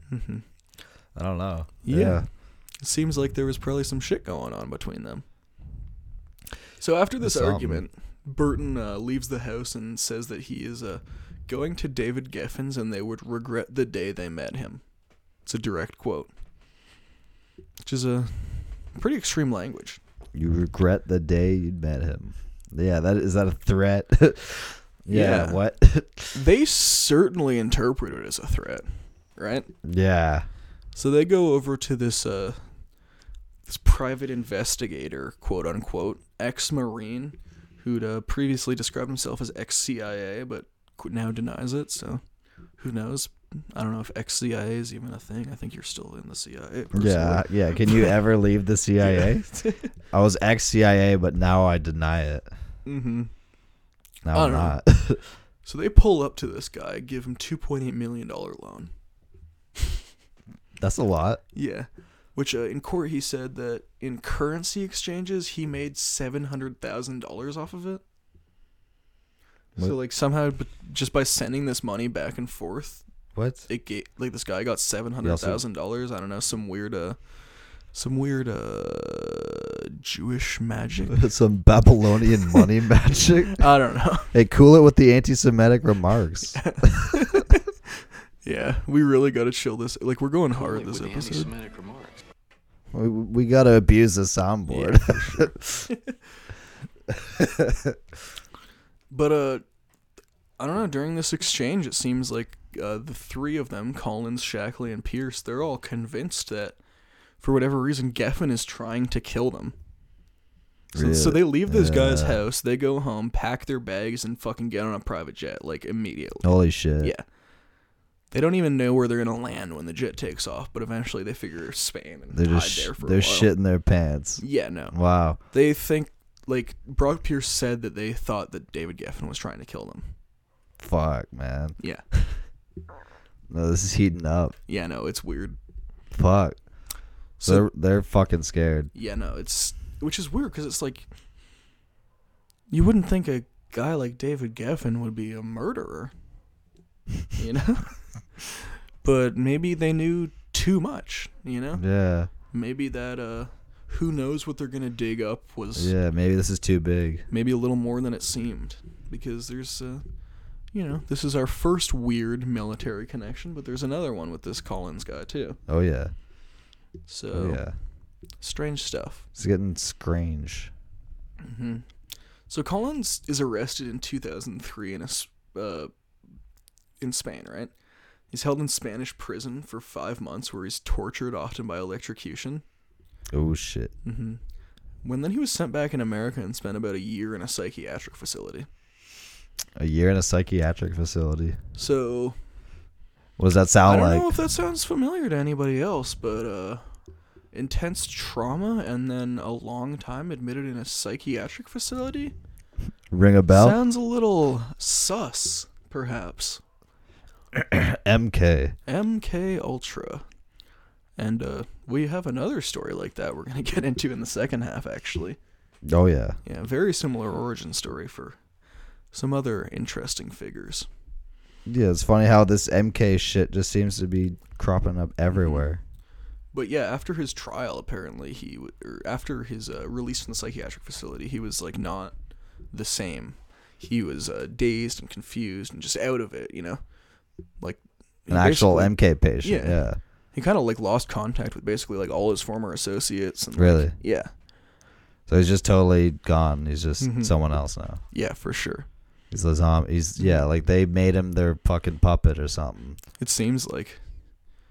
Speaker 4: I don't know.
Speaker 3: Yeah. It seems like there was probably some shit going on between them. So after this
Speaker 4: That's something.
Speaker 3: argument, Burton uh, leaves the house and says that he is uh, going to David Geffen's and they would regret the day they met him. It's a direct quote, which is a pretty extreme language.
Speaker 4: You regret the day you met him. Yeah. That is that a threat? yeah,
Speaker 3: Yeah.
Speaker 4: What?
Speaker 3: They certainly interpret it as a threat, right?
Speaker 4: yeah.
Speaker 3: So they go over to this uh this private investigator, quote unquote, ex-marine who'd uh, previously described himself as ex-CIA but qu- now denies it, so who knows? I don't know if ex-CIA is even a thing. I think you're still in the CIA. personally.
Speaker 4: Yeah, yeah. Can you ever leave the CIA? I was ex CIA, but now I deny it.
Speaker 3: Mhm.
Speaker 4: Now
Speaker 3: I
Speaker 4: I'm
Speaker 3: don't know.
Speaker 4: not.
Speaker 3: So they pull up to this guy, give him 2.8 million dollar loan.
Speaker 4: That's a lot.
Speaker 3: Yeah. Which uh, in court he said that in currency exchanges he made seven hundred thousand dollars off of it. So like somehow, b- just by sending this money back and forth,
Speaker 4: What?
Speaker 3: it gave like this guy got seven hundred thousand dollars. I don't know some weird uh, some weird uh Jewish magic.
Speaker 4: Some Babylonian money magic.
Speaker 3: I don't know.
Speaker 4: Hey, cool it with the anti-Semitic remarks.
Speaker 3: Yeah, we really gotta chill this. Like we're going hard
Speaker 5: Only
Speaker 3: this
Speaker 5: with the
Speaker 3: episode.
Speaker 5: anti-Semitic remarks.
Speaker 4: we, we gotta abuse the soundboard.
Speaker 3: But uh, I don't know. During this exchange, it seems like uh, the three of them, Collins, Shackley, and Pierce, they're all convinced that for whatever reason, Geffen is trying to kill them. So, so they leave this guy's house. They go home, pack their bags, and fucking get on a private jet like immediately.
Speaker 4: Holy shit!
Speaker 3: Yeah. They don't even know where they're gonna land when the jet takes off, but eventually they figure Spain and
Speaker 4: they're
Speaker 3: hide
Speaker 4: just sh-
Speaker 3: there for
Speaker 4: they're
Speaker 3: a while.
Speaker 4: shitting their pants.
Speaker 3: Yeah, no.
Speaker 4: Wow.
Speaker 3: They think like Brock Pierce said that they thought that David Geffen was trying to kill them.
Speaker 4: Fuck, man.
Speaker 3: Yeah,
Speaker 4: No, this is heating up.
Speaker 3: yeah, no, it's weird.
Speaker 4: Fuck.
Speaker 3: So
Speaker 4: they're they're fucking scared.
Speaker 3: yeah, no, it's which is weird because it's like you wouldn't think a guy like David Geffen would be a murderer, you know. but maybe they knew too much, you know.
Speaker 4: Yeah.
Speaker 3: Maybe that uh, who knows what they're gonna dig up was
Speaker 4: Yeah. Maybe this is too big.
Speaker 3: maybe a little more than it seemed because there's uh you know this is our first weird military connection but there's another one with this collins guy too
Speaker 4: Oh yeah.
Speaker 3: so
Speaker 4: Oh yeah.
Speaker 3: strange stuff
Speaker 4: It's getting strange.
Speaker 3: so collins is arrested in 2003 in a s- uh, in spain right he's held in spanish prison for five months where he's tortured often by electrocution
Speaker 4: Oh shit.
Speaker 3: when then he was sent back in america and spent about a year in a psychiatric facility
Speaker 4: A year in a psychiatric facility.
Speaker 3: so
Speaker 4: What does that
Speaker 3: I
Speaker 4: sound
Speaker 3: don't
Speaker 4: like?
Speaker 3: know if that sounds familiar to anybody else, but uh, intense trauma and then a long time admitted in a psychiatric facility
Speaker 4: Ring a bell?
Speaker 3: sounds a little sus, perhaps.
Speaker 4: MK.
Speaker 3: MK Ultra, and uh, we have another story like that we're gonna get into in the second half, actually.
Speaker 4: Oh yeah.
Speaker 3: Yeah, very similar origin story for some other interesting figures.
Speaker 4: Yeah. It's funny how this MK shit just seems to be cropping up everywhere.
Speaker 3: But yeah, after his trial, apparently he w- or after his uh, release from the psychiatric facility, he was like not the same. He was uh, dazed and confused and just out of it, you know. Like he
Speaker 4: An actual
Speaker 3: basically-
Speaker 4: MK patient.
Speaker 3: Mm-hmm. Yeah.
Speaker 4: Yeah.
Speaker 3: he kind of like lost contact with basically like all his former associates and like,
Speaker 4: Really.
Speaker 3: yeah,
Speaker 4: So he's just totally gone. He's just
Speaker 3: Mm-hmm.
Speaker 4: someone else now.
Speaker 3: yeah, for sure.
Speaker 4: He's a zombie. He's
Speaker 3: Mm-hmm.
Speaker 4: yeah. Like they made him their fucking puppet or something.
Speaker 3: It seems like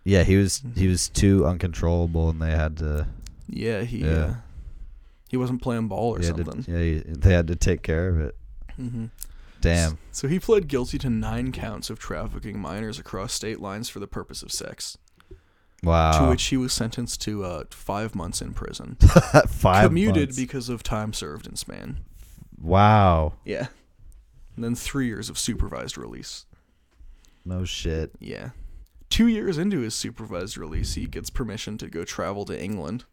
Speaker 4: Yeah. He was he
Speaker 3: Mm-hmm.
Speaker 4: was too uncontrollable, and they had to.
Speaker 3: yeah, he
Speaker 4: Yeah.
Speaker 3: Uh, he wasn't playing ball or
Speaker 4: They had to,
Speaker 3: something. Mm-hmm.
Speaker 4: yeah, you- they had to take care of it. Damn.
Speaker 3: So he pled guilty to nine counts of trafficking minors across state lines for the purpose of sex. to
Speaker 4: Wow.
Speaker 3: which he was sentenced to uh, five months in prison,
Speaker 4: Five
Speaker 3: commuted
Speaker 4: months.
Speaker 3: because of time served in Spain.
Speaker 4: wow.
Speaker 3: Yeah, and then three years of supervised release.
Speaker 4: No shit.
Speaker 3: Yeah, two years into his supervised release, he gets permission to go travel to England,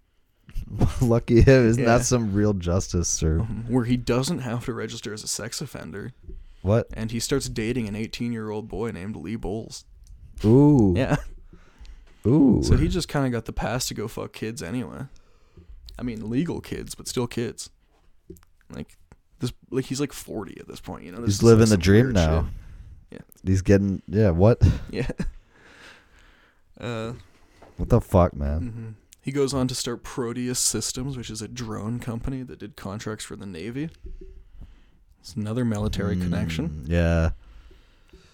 Speaker 4: Lucky him. Isn't
Speaker 3: Yeah. Mm-hmm.
Speaker 4: that some real justice, sir?
Speaker 3: where he doesn't have to register as a sex offender,
Speaker 4: What?
Speaker 3: and he starts dating an 18-year-old boy named Lee Bowles.
Speaker 4: Ooh.
Speaker 3: Yeah,
Speaker 4: Ooh.
Speaker 3: so he just kind of got the pass to go fuck kids anyway. I mean, legal kids, but still kids. Like this, like he's like 40 at this point. You know, this
Speaker 4: he's
Speaker 3: is, like,
Speaker 4: living the
Speaker 3: some
Speaker 4: dream
Speaker 3: weird
Speaker 4: now.
Speaker 3: shit.
Speaker 4: He's getting yeah. What?
Speaker 3: Yeah. Uh,
Speaker 4: What the fuck, man?
Speaker 3: he goes on to start Proteus Systems, which is a drone company that did contracts for the Navy. It's another military connection.
Speaker 4: Yeah.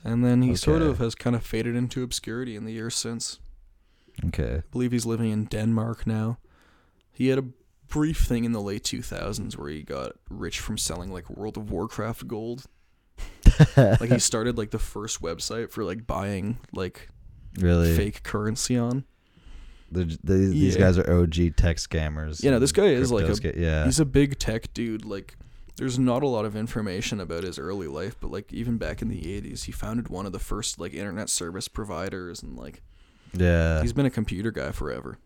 Speaker 3: And then he sort
Speaker 4: Mm. Okay.
Speaker 3: of has kind of faded into obscurity in the years since.
Speaker 4: Okay.
Speaker 3: I believe he's living in Denmark now. He had a brief thing in the late 2000s where he got rich from selling like World of Warcraft gold. like he started like the first website for like buying like
Speaker 4: Really.
Speaker 3: fake currency on.
Speaker 4: They're j- they- These
Speaker 3: Yeah.
Speaker 4: guys are OG tech scammers.
Speaker 3: You know, this guy
Speaker 4: and
Speaker 3: is like a
Speaker 4: crypto sca- yeah.
Speaker 3: he's a big tech dude like there's not a lot of information about his early life but like even back in the 80s he founded one of the first like internet service providers and like
Speaker 4: yeah.
Speaker 3: he's been a computer guy forever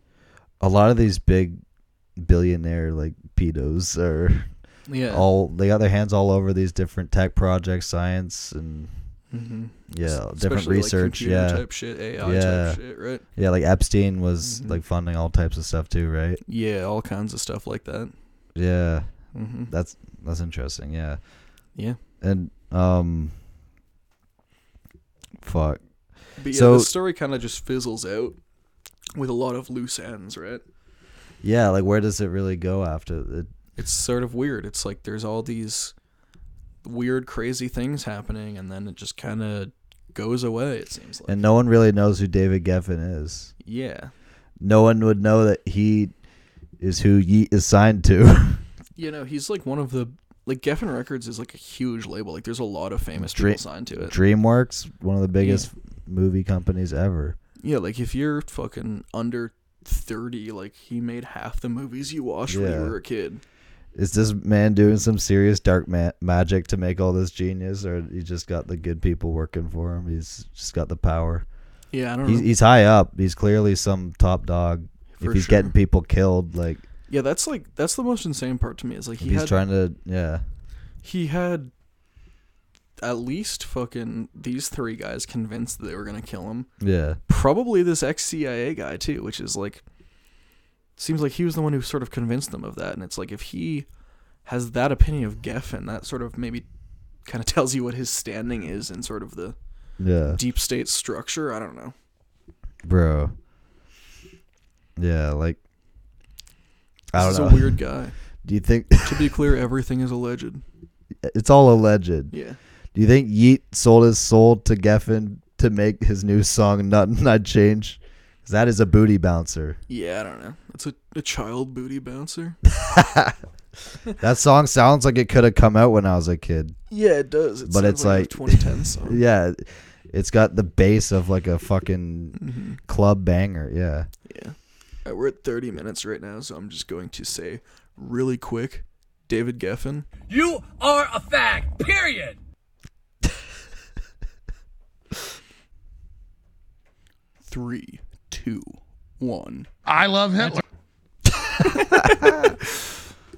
Speaker 4: a lot of these big billionaire like pedos are
Speaker 3: Yeah.
Speaker 4: all they got their hands all over these different tech projects, science, and
Speaker 3: Mm-hmm.
Speaker 4: yeah, different
Speaker 3: Especially, like,
Speaker 4: research.
Speaker 3: computer
Speaker 4: yeah,
Speaker 3: Type shit, AI
Speaker 4: Yeah.
Speaker 3: type shit, right?
Speaker 4: yeah, like Epstein was
Speaker 3: Mm-hmm.
Speaker 4: like funding all types of stuff too, right?
Speaker 3: Yeah, all kinds of stuff like that.
Speaker 4: Yeah,
Speaker 3: hmm
Speaker 4: that's that's interesting. Yeah,
Speaker 3: Yeah.
Speaker 4: and um, fuck,
Speaker 3: But yeah,
Speaker 4: So-
Speaker 3: the story kind of just fizzles out with a lot of loose ends, right?
Speaker 4: yeah, like where does it really go after? It,
Speaker 3: It's sort of weird. It's like there's all these weird, crazy things happening, and then it just kind of goes away. It seems like.
Speaker 4: and no one really knows who David Geffen is.
Speaker 3: yeah,
Speaker 4: No one would know that he is who Yeet is signed to.
Speaker 3: you know, he's like one of the like Geffen Records is like a huge label. Like there's a lot of famous
Speaker 4: Dra-
Speaker 3: people signed to it.
Speaker 4: DreamWorks, one of the biggest movie companies ever.
Speaker 3: Yeah, like if you're fucking under thirty, like he made half the movies you watched when
Speaker 4: Yeah.
Speaker 3: you were a kid.
Speaker 4: Is this man doing some serious dark ma- magic to make all this genius, or he just got the good people working for him? He's just got the power.
Speaker 3: Yeah, I don't
Speaker 4: He's,
Speaker 3: know.
Speaker 4: he's high up. He's clearly some top dog.
Speaker 3: Hmm. For
Speaker 4: if he's
Speaker 3: sure.
Speaker 4: getting people killed, like
Speaker 3: yeah, that's like that's the most insane part to me. Is like he
Speaker 4: he's
Speaker 3: had
Speaker 4: trying to, yeah,
Speaker 3: he had at least fucking these three guys convinced that they were gonna kill him.
Speaker 4: yeah,
Speaker 3: Probably this ex CIA guy too, which is like seems like he was the one who sort of convinced them of that. And it's like if he has that opinion of Geffen, that sort of maybe kind of tells you what his standing is in sort of the
Speaker 4: yeah,
Speaker 3: deep state structure. I don't know.
Speaker 4: bro, yeah, like I don't
Speaker 3: He's
Speaker 4: know.
Speaker 3: a weird guy.
Speaker 4: Do you think
Speaker 3: To be clear, everything is alleged.
Speaker 4: it's all alleged?
Speaker 3: Yeah.
Speaker 4: Do you think Yeet sold his soul to Geffen to make his new song "Nothing I'd Change"? 'Cause that is a booty bouncer.
Speaker 3: Yeah, I don't know. It's a, a child booty bouncer.
Speaker 4: That song sounds like it could have come out when I was a kid.
Speaker 3: Yeah, it does. It
Speaker 4: But
Speaker 3: sounds
Speaker 4: it's like-
Speaker 3: a 2010 song.
Speaker 4: Yeah, it's got the bass of like a fucking
Speaker 3: Mm-hmm.
Speaker 4: club banger. Yeah,
Speaker 3: Yeah. All right, Uh, we're at 30 minutes right now, so I'm just going to say really quick David Geffen.
Speaker 1: You are a fag. Period.
Speaker 3: Three, two, one.
Speaker 2: I love Hitler.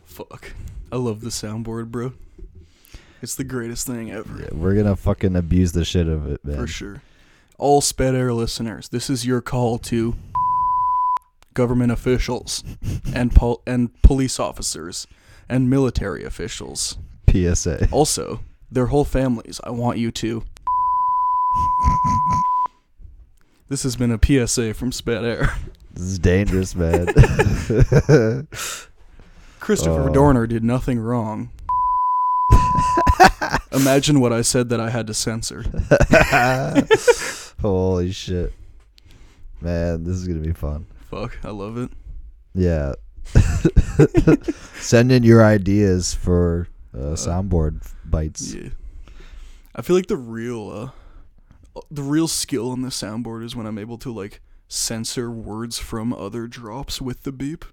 Speaker 3: Fuck. I love the soundboard, bro. It's the greatest thing ever,
Speaker 4: we're gonna fucking abuse the shit of it,
Speaker 3: for
Speaker 4: man.
Speaker 3: sure. All Sped Air listeners, this is your call to government officials and pol- and police officers and military officials.
Speaker 4: PSA.
Speaker 3: Also, their whole families, I want you to. this has been a PSA from Sped Air.
Speaker 4: This is dangerous, man.
Speaker 3: Christopher
Speaker 4: Oh.
Speaker 3: Dorner did nothing wrong. Imagine what I said that I had to censor.
Speaker 4: Holy shit, man. This is gonna be fun.
Speaker 3: Fuck, I love it.
Speaker 4: Yeah. Send in your ideas for uh, soundboard bites.
Speaker 3: Yeah. I feel like the real uh, the real skill on the soundboard is when I'm able to like censor words from other drops with the beep.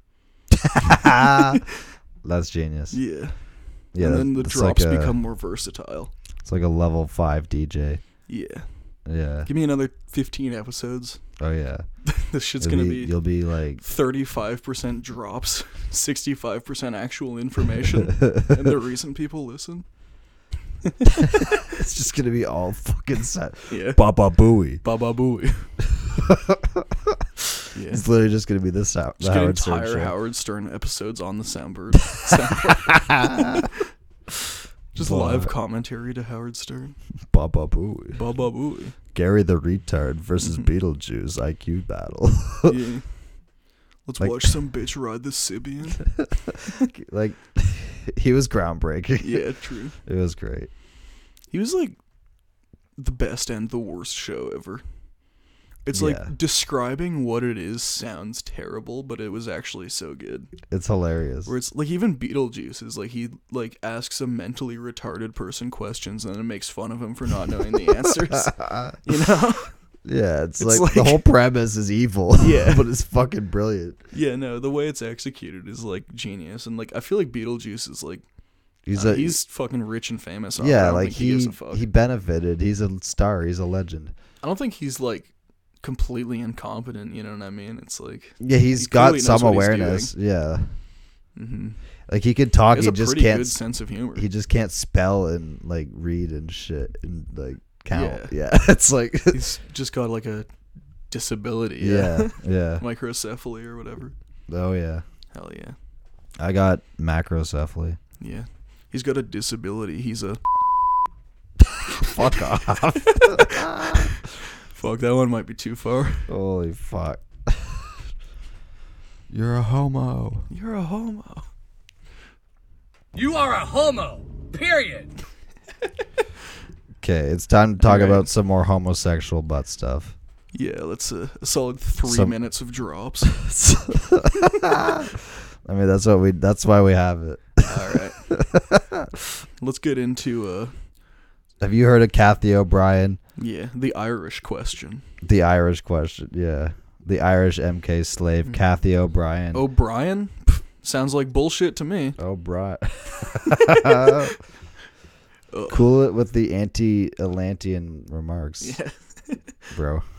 Speaker 4: Ah. That's genius. Yeah,
Speaker 3: Yeah. and
Speaker 4: that-
Speaker 3: then the
Speaker 4: that's
Speaker 3: drops
Speaker 4: like a,
Speaker 3: become more versatile.
Speaker 4: It's like a level five DJ.
Speaker 3: Yeah.
Speaker 4: Yeah.
Speaker 3: Give me another 15 episodes.
Speaker 4: Oh yeah.
Speaker 3: This shit's
Speaker 4: You'll
Speaker 3: going to be
Speaker 4: You'll be like.
Speaker 3: 35% drops, 65% actual information, and the reason people listen.
Speaker 4: It's just gonna be all fucking set.
Speaker 3: Yeah.
Speaker 4: Baba Booey.
Speaker 3: Baba Booey. yeah.
Speaker 4: It's literally just gonna be this out.
Speaker 3: Just get
Speaker 4: Howard Stern
Speaker 3: entire
Speaker 4: show.
Speaker 3: Howard Stern episodes on the soundbird. Soundboard. Just live commentary to Howard Stern.
Speaker 4: Baba Booey.
Speaker 3: Baba Booey.
Speaker 4: Gary the retard versus
Speaker 3: Mm-hmm.
Speaker 4: Beetlejuice IQ battle.
Speaker 3: Yeah. Let's
Speaker 4: Like-
Speaker 3: watch some bitch ride the Sibian.
Speaker 4: like, he was groundbreaking.
Speaker 3: Yeah, true.
Speaker 4: It was great.
Speaker 3: He was like the best and the worst show ever. It's
Speaker 4: Yeah.
Speaker 3: like describing what it is sounds terrible, but it was actually so good.
Speaker 4: It's hilarious.
Speaker 3: Where it's like even Beetlejuice is like he like asks a mentally retarded person questions and then makes fun of him for not knowing the answers. you know?
Speaker 4: Yeah, it's,
Speaker 3: It's
Speaker 4: like, the
Speaker 3: like-
Speaker 4: whole premise is evil.
Speaker 3: Yeah.
Speaker 4: but it's fucking brilliant.
Speaker 3: Yeah, no, the way it's executed is like genius, and like I feel like Beetlejuice is like
Speaker 4: He's
Speaker 3: uh,
Speaker 4: a
Speaker 3: he's fucking rich and famous. I
Speaker 4: yeah,
Speaker 3: don't
Speaker 4: like
Speaker 3: think
Speaker 4: he
Speaker 3: gives
Speaker 4: he,
Speaker 3: a fuck.
Speaker 4: benefited. He's a star. He's a legend.
Speaker 3: I don't think he's like completely incompetent. You know what I mean? It's like
Speaker 4: Yeah, he's
Speaker 3: He clearly
Speaker 4: got
Speaker 3: knows
Speaker 4: some
Speaker 3: what he's Mm-hmm.
Speaker 4: awareness. Yeah, Like he could
Speaker 3: He
Speaker 4: talk,
Speaker 3: has
Speaker 4: he
Speaker 3: a
Speaker 4: just
Speaker 3: pretty
Speaker 4: can't.
Speaker 3: good
Speaker 4: s-
Speaker 3: sense of humor.
Speaker 4: He just can't spell and like read and shit and like count. Yeah, it's like
Speaker 3: He's just got like a disability.
Speaker 4: yeah, yeah.
Speaker 3: Microcephaly or whatever.
Speaker 4: Oh yeah,
Speaker 3: Hell yeah.
Speaker 4: I got macrocephaly.
Speaker 3: Yeah. He's got a disability. He's a
Speaker 4: Fuck off!
Speaker 3: fuck. That one might be too far.
Speaker 4: Holy fuck! You're a homo.
Speaker 3: You're a homo.
Speaker 1: You are a homo. Period.
Speaker 4: Okay, it's time to talk
Speaker 3: Alright.
Speaker 4: about some more homosexual butt stuff.
Speaker 3: Yeah, that's a, a solid three
Speaker 4: Some-
Speaker 3: minutes of drops.
Speaker 4: I mean, that's what we. That's why we have it.
Speaker 3: All right. Let's get into uh
Speaker 4: Have you heard of Kathy O'Brien?
Speaker 3: yeah, the Irish question.
Speaker 4: The Irish question. Yeah, the Irish MK slave Kathy O'Brien.
Speaker 3: O'Brien? Pff, Sounds like bullshit to me.
Speaker 4: O'Brien. cool it with the anti-Atlantean remarks,
Speaker 3: Yeah.
Speaker 4: bro.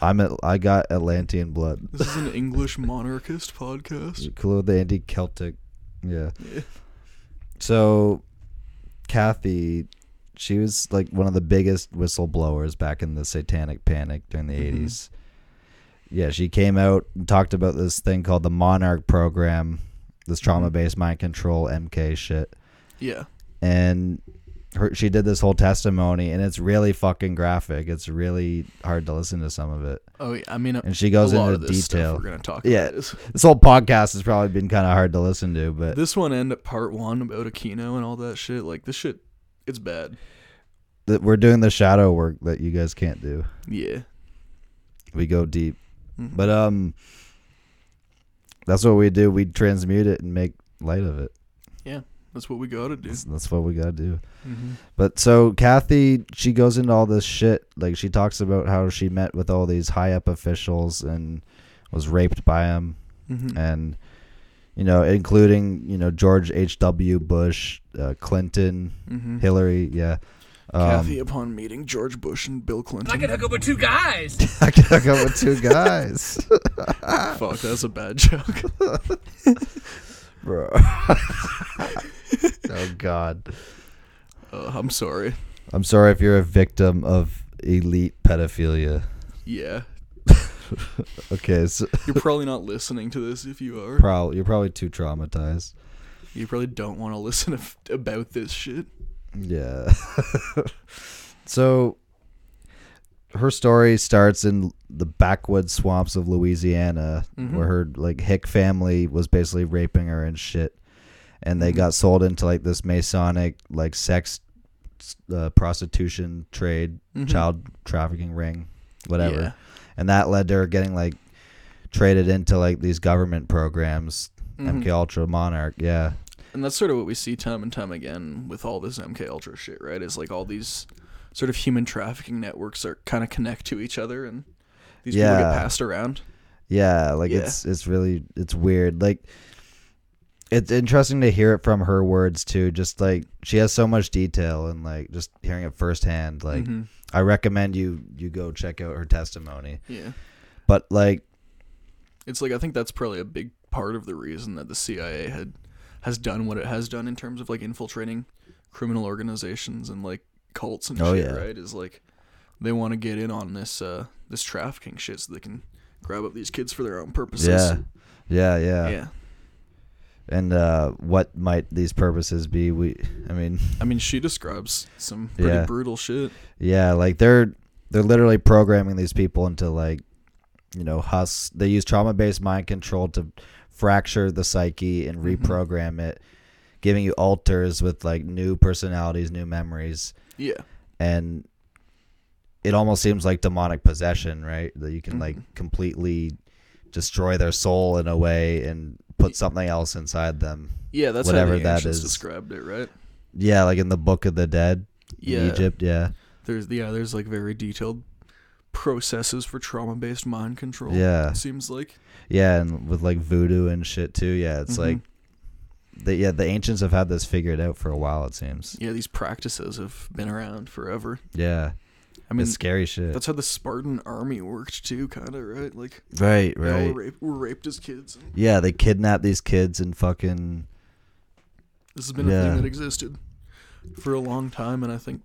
Speaker 4: I'm at, I got Atlantean blood.
Speaker 3: This is an English monarchist podcast.
Speaker 4: Cool with the anti Celtic. Yeah. So, Kathy, she was like one of the biggest whistleblowers back in the Satanic Panic during the 80s. Yeah, she came out and talked about this thing called the Monarch Program, this trauma based mind control MK shit.
Speaker 3: Yeah.
Speaker 4: And her, she did this whole testimony, and it's really fucking graphic. It's really hard to listen to some of it.
Speaker 3: Oh yeah, I mean
Speaker 4: And she goes
Speaker 3: a lot
Speaker 4: into
Speaker 3: of this stuff
Speaker 4: detail.
Speaker 3: we're gonna talk
Speaker 4: Yeah.
Speaker 3: about is
Speaker 4: This whole podcast has probably been kind of hard to listen to, but
Speaker 3: this one end at part one about Aquino and all that shit. Like this shit, it's bad.
Speaker 4: that we're doing the shadow work that you guys can't do.
Speaker 3: Yeah,
Speaker 4: We go deep. But um that's what we do. We transmute it and make light of it.
Speaker 3: yeah, that's what we gotta do.
Speaker 4: That's, that's what we got to do. But so Kathy, she goes into all this shit. Like she talks about how she met with all these high up officials and was raped by them and you know, including, you know, George H.W. Bush, uh, Clinton, Hillary, yeah.
Speaker 3: Kathy, upon meeting George Bush and Bill Clinton,
Speaker 1: I can hook up with two guys.
Speaker 4: I can hook up with two guys.
Speaker 3: fuck, that's a bad joke.
Speaker 4: bro. oh God,
Speaker 3: Uh, I'm sorry.
Speaker 4: I'm sorry if you're a victim of elite pedophilia.
Speaker 3: Yeah,
Speaker 4: Okay, so
Speaker 3: you're probably not listening to this. If you are,
Speaker 4: probably you're probably too traumatized.
Speaker 3: you probably don't want to listen af- about this shit.
Speaker 4: Yeah. so her story starts in the backwoods swamps of Louisiana, where her like Hick family was basically raping her and shit, and they got sold into like this Masonic like sex uh, prostitution trade, child trafficking ring, whatever,
Speaker 3: Yeah.
Speaker 4: and that led to her getting like traded into like these government programs, MK Ultra, Monarch, yeah.
Speaker 3: And that's sort of what we see time and time again with all this MK Ultra shit, right? Is like all these sort of human trafficking networks are kind of connect to each other, and these people get
Speaker 4: Yeah.
Speaker 3: passed around.
Speaker 4: Yeah, like
Speaker 3: Yeah.
Speaker 4: it's it's really it's weird. Like it's interesting to hear it from her words too. Just like she has so much detail and like just hearing it firsthand. Like I recommend you you go check out her testimony.
Speaker 3: Yeah.
Speaker 4: But like
Speaker 3: It's like I think that's probably a big part of the reason that the CIA had has done what it has done in terms of like infiltrating criminal organizations and like cults and
Speaker 4: Oh,
Speaker 3: shit,
Speaker 4: yeah.
Speaker 3: right? Is like they want to get in on this uh this trafficking shit so they can grab up these kids for their own purposes.
Speaker 4: yeah, yeah, yeah,
Speaker 3: Yeah.
Speaker 4: And uh, what might these purposes be? We I mean
Speaker 3: I mean, she describes some pretty
Speaker 4: Yeah.
Speaker 3: brutal shit.
Speaker 4: Yeah, like they're they're literally programming these people into like you know hus. They use trauma based mind control to fracture the psyche and reprogram it, giving you alters with like new personalities, new memories,
Speaker 3: Yeah.
Speaker 4: and it almost seems like demonic possession, right? That you can like completely destroy their soul in a way and put something else inside them.
Speaker 3: Yeah, that's how
Speaker 4: Whatever
Speaker 3: the
Speaker 4: that
Speaker 3: ancients
Speaker 4: is.
Speaker 3: described it, right?
Speaker 4: Yeah, like in the Book of the Dead, in
Speaker 3: Yeah.
Speaker 4: Egypt. Yeah,
Speaker 3: There's yeah, there's like very detailed processes for trauma-based mind control.
Speaker 4: Yeah.
Speaker 3: it seems like.
Speaker 4: Yeah, and with like voodoo and shit too. Yeah,
Speaker 3: Mm-hmm.
Speaker 4: it's like the yeah, the ancients have had this figured out for a while it seems.
Speaker 3: Yeah, these practices have been around forever.
Speaker 4: Yeah.
Speaker 3: I mean,
Speaker 4: it's scary shit.
Speaker 3: that's how the Spartan army worked too, kind of right. Like
Speaker 4: right,
Speaker 3: they all
Speaker 4: right.
Speaker 3: were, raped, were raped as kids.
Speaker 4: Yeah, they kidnap these kids and fucking.
Speaker 3: This has been a
Speaker 4: Yeah.
Speaker 3: thing that existed for a long time, and I think,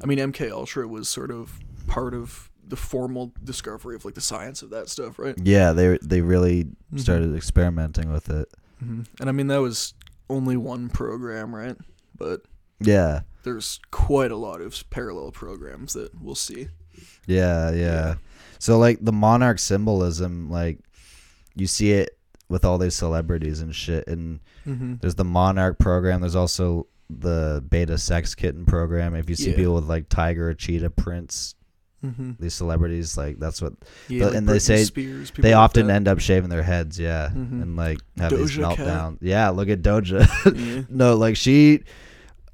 Speaker 3: I mean, MK Ultra was sort of part of the formal discovery of like the science of that stuff, right?
Speaker 4: Yeah, they they really
Speaker 3: Mm-hmm.
Speaker 4: started experimenting with it.
Speaker 3: And I mean, that was only one program, right? But
Speaker 4: Yeah,
Speaker 3: there's quite a lot of parallel programs that we'll see.
Speaker 4: yeah, yeah. So like the monarch symbolism, like you see it with all these celebrities and shit. And
Speaker 3: Mm-hmm.
Speaker 4: there's the monarch program. There's also the beta sex kitten program. If you see
Speaker 3: Yeah.
Speaker 4: people with like tiger, cheetah, prince,
Speaker 3: Mm-hmm.
Speaker 4: these celebrities, like that's what
Speaker 3: Yeah,
Speaker 4: But- and they
Speaker 3: Britney
Speaker 4: say
Speaker 3: Spears, people
Speaker 4: they
Speaker 3: like
Speaker 4: often
Speaker 3: that.
Speaker 4: end up shaving their heads, yeah,
Speaker 3: Mhm.
Speaker 4: and like have these
Speaker 3: Doja Cat.
Speaker 4: meltdowns. Yeah, look at Doja.
Speaker 3: Yeah.
Speaker 4: no, like she,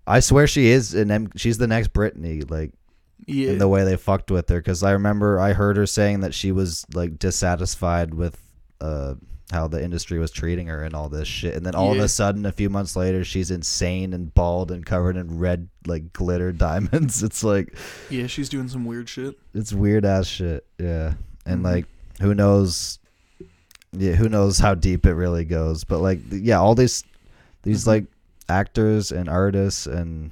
Speaker 4: I swear she is an M. She's the next Britney, like
Speaker 3: yeah.
Speaker 4: in the way they fucked with her. Because I remember I heard her saying that she was like dissatisfied with uh how the industry was treating her and all this shit, and then all of
Speaker 3: Yeah.
Speaker 4: a sudden, a few months later, she's insane and bald and covered in red like glitter diamonds. It's like
Speaker 3: yeah, she's doing some weird shit.
Speaker 4: it's weird ass shit. Yeah. And
Speaker 3: Mhm.
Speaker 4: like who knows yeah, who knows how deep it really goes. But like th- yeah, all these these
Speaker 3: Mhm.
Speaker 4: like actors and artists and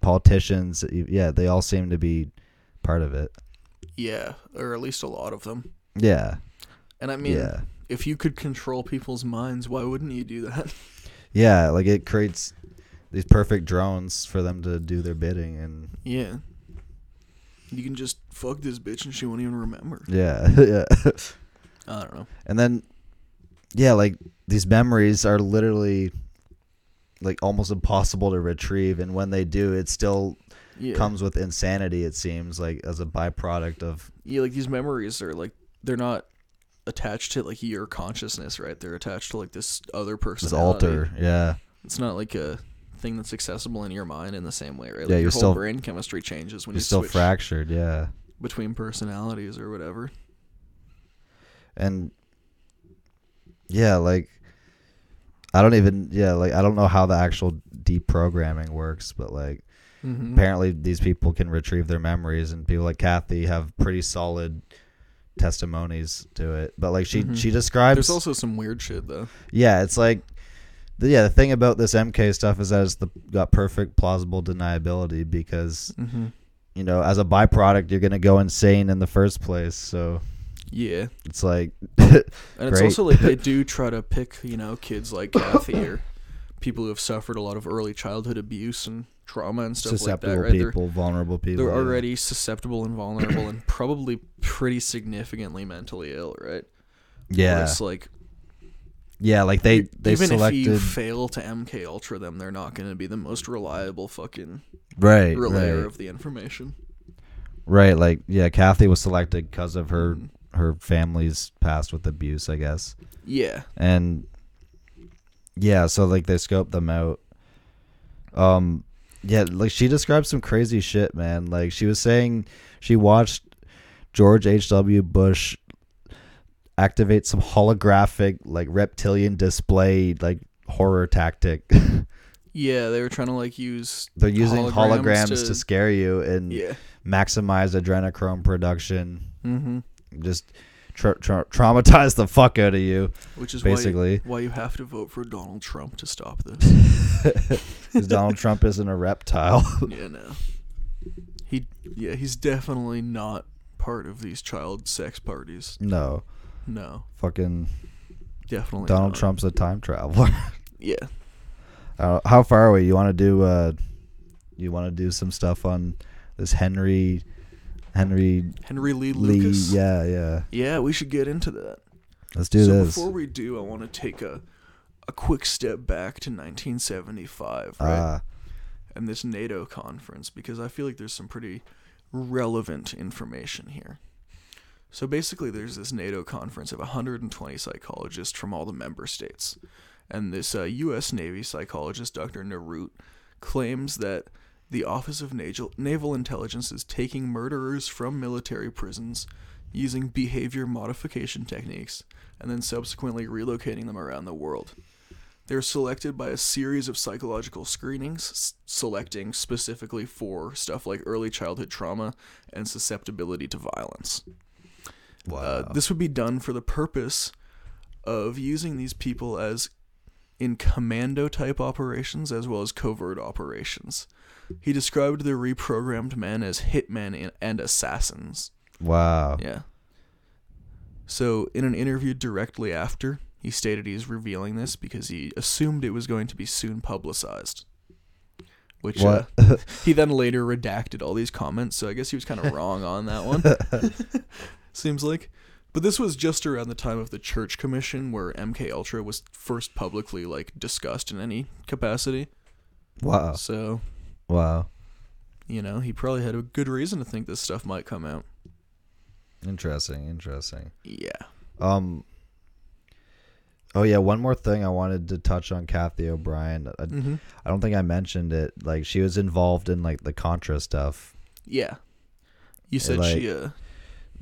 Speaker 4: politicians, y- yeah, they all seem to be part of it.
Speaker 3: Yeah, or at least a lot of them.
Speaker 4: Yeah.
Speaker 3: And I mean,
Speaker 4: yeah.
Speaker 3: if you could control people's minds, why wouldn't you do that?
Speaker 4: Yeah, like it creates these perfect drones for them to do their bidding and
Speaker 3: Yeah. You can just fuck this bitch and she won't even remember.
Speaker 4: yeah, yeah.
Speaker 3: I don't know.
Speaker 4: And then, yeah, like these memories are literally like almost impossible to retrieve. And when they do, it still
Speaker 3: Yeah.
Speaker 4: comes with insanity, it seems like as a byproduct of,
Speaker 3: yeah, like these memories are like they're not attached to like your consciousness, right? They're attached to like this other person's
Speaker 4: this alter. Yeah.
Speaker 3: It's not like a thing that's accessible in your mind in the same way, right? Like
Speaker 4: Yeah,
Speaker 3: your
Speaker 4: you're
Speaker 3: whole
Speaker 4: still-
Speaker 3: brain chemistry changes when
Speaker 4: You're
Speaker 3: you
Speaker 4: still
Speaker 3: switch
Speaker 4: fractured. Yeah.
Speaker 3: between personalities or whatever.
Speaker 4: And yeah, like I don't even, yeah, like I don't know how the actual deprogramming works, but like
Speaker 3: Mm-hmm.
Speaker 4: apparently these people can retrieve their memories and people like kathy have pretty solid testimonies to it but like she
Speaker 3: Mhm.
Speaker 4: she describes
Speaker 3: There's also some weird shit though.
Speaker 4: yeah it's like the, yeah the thing about this mk stuff is that it's the got perfect plausible deniability because
Speaker 3: Mm-hmm.
Speaker 4: you know as a byproduct you're gonna go insane in the first place so
Speaker 3: Yeah.
Speaker 4: it's like
Speaker 3: And it's
Speaker 4: Great.
Speaker 3: also like they do try to pick, you know, kids like Kathy or people who have suffered a lot of early childhood abuse and trauma and stuff like that,
Speaker 4: susceptible
Speaker 3: right? They're,
Speaker 4: people vulnerable people
Speaker 3: they're
Speaker 4: yeah.
Speaker 3: already susceptible and vulnerable and probably pretty significantly mentally ill, right? Where
Speaker 4: yeah
Speaker 3: It's like
Speaker 4: yeah like they they
Speaker 3: even if you
Speaker 4: selected
Speaker 3: fail to MK Ultra them, they're not going to be the most reliable fucking
Speaker 4: right
Speaker 3: relayer
Speaker 4: right.
Speaker 3: of the information.
Speaker 4: Right, like yeah, Kathy was selected because of her her family's past with abuse, I guess,
Speaker 3: Yeah.
Speaker 4: and yeah, so like they scoped them out. Um, yeah, like she described some crazy shit, man. Like she was saying, she watched George H. W. Bush activate some holographic, like reptilian display, like horror tactic.
Speaker 3: Yeah, they were trying to like use
Speaker 4: They're using holograms,
Speaker 3: to,
Speaker 4: to, scare you and
Speaker 3: Yeah.
Speaker 4: maximize adrenochrome production.
Speaker 3: Mhm.
Speaker 4: just tra- tra- traumatize the fuck out of you.
Speaker 3: Which is
Speaker 4: Basically.
Speaker 3: why, why you have to vote for Donald Trump to stop this.
Speaker 4: 'Cause Donald Trump isn't a reptile.
Speaker 3: Yeah, no. He, yeah, he's definitely not part of these child sex parties.
Speaker 4: no,
Speaker 3: No,
Speaker 4: fucking
Speaker 3: definitely
Speaker 4: Donald
Speaker 3: not.
Speaker 4: Trump's a time traveler.
Speaker 3: Yeah,
Speaker 4: Uh, how far away you want to do? Uh, you want to do some stuff on this Henry, Henry
Speaker 3: Henry Lee
Speaker 4: Lee?
Speaker 3: Lucas. yeah.
Speaker 4: Yeah, yeah.
Speaker 3: we should get into that.
Speaker 4: Let's do
Speaker 3: so
Speaker 4: this.
Speaker 3: before we do, I want to take a a quick step back to 1975, right?
Speaker 4: Ah,
Speaker 3: and this NATO conference because I feel like there's some pretty relevant information here. So basically, there's this NATO conference of 120 psychologists from all the member states. And this uh, U.S. Navy psychologist, Dr. Narut, claims that the Office of Naval, Naval Intelligence is taking murderers from military prisons using behavior modification techniques and then subsequently relocating them around the world. They're selected by a series of psychological screenings, s- selecting specifically for stuff like early childhood trauma and susceptibility to violence.
Speaker 4: Wow.
Speaker 3: Uh, this would be done for the purpose of using these people as in commando type operations as well as covert operations. He described the reprogrammed men as hitmen and- and assassins.
Speaker 4: wow.
Speaker 3: Yeah. So, in an interview directly after, he stated he's revealing this because he assumed it was going to be soon publicized. Which
Speaker 4: What?
Speaker 3: uh, he then later redacted all these comments, so I guess he was kind of wrong on that one. Seems like. But this was just around the time of the Church Commission where MK Ultra was first publicly like discussed in any capacity.
Speaker 4: Wow.
Speaker 3: So,
Speaker 4: Wow.
Speaker 3: you know, he probably had a good reason to think this stuff might come out.
Speaker 4: Interesting. Interesting.
Speaker 3: Yeah.
Speaker 4: Um. Oh yeah, one more thing I wanted to touch on Kathy O'Brien. I,
Speaker 3: Mm-hmm.
Speaker 4: I don't think I mentioned it. Like she was involved in like the Contra stuff.
Speaker 3: Yeah. You said she uh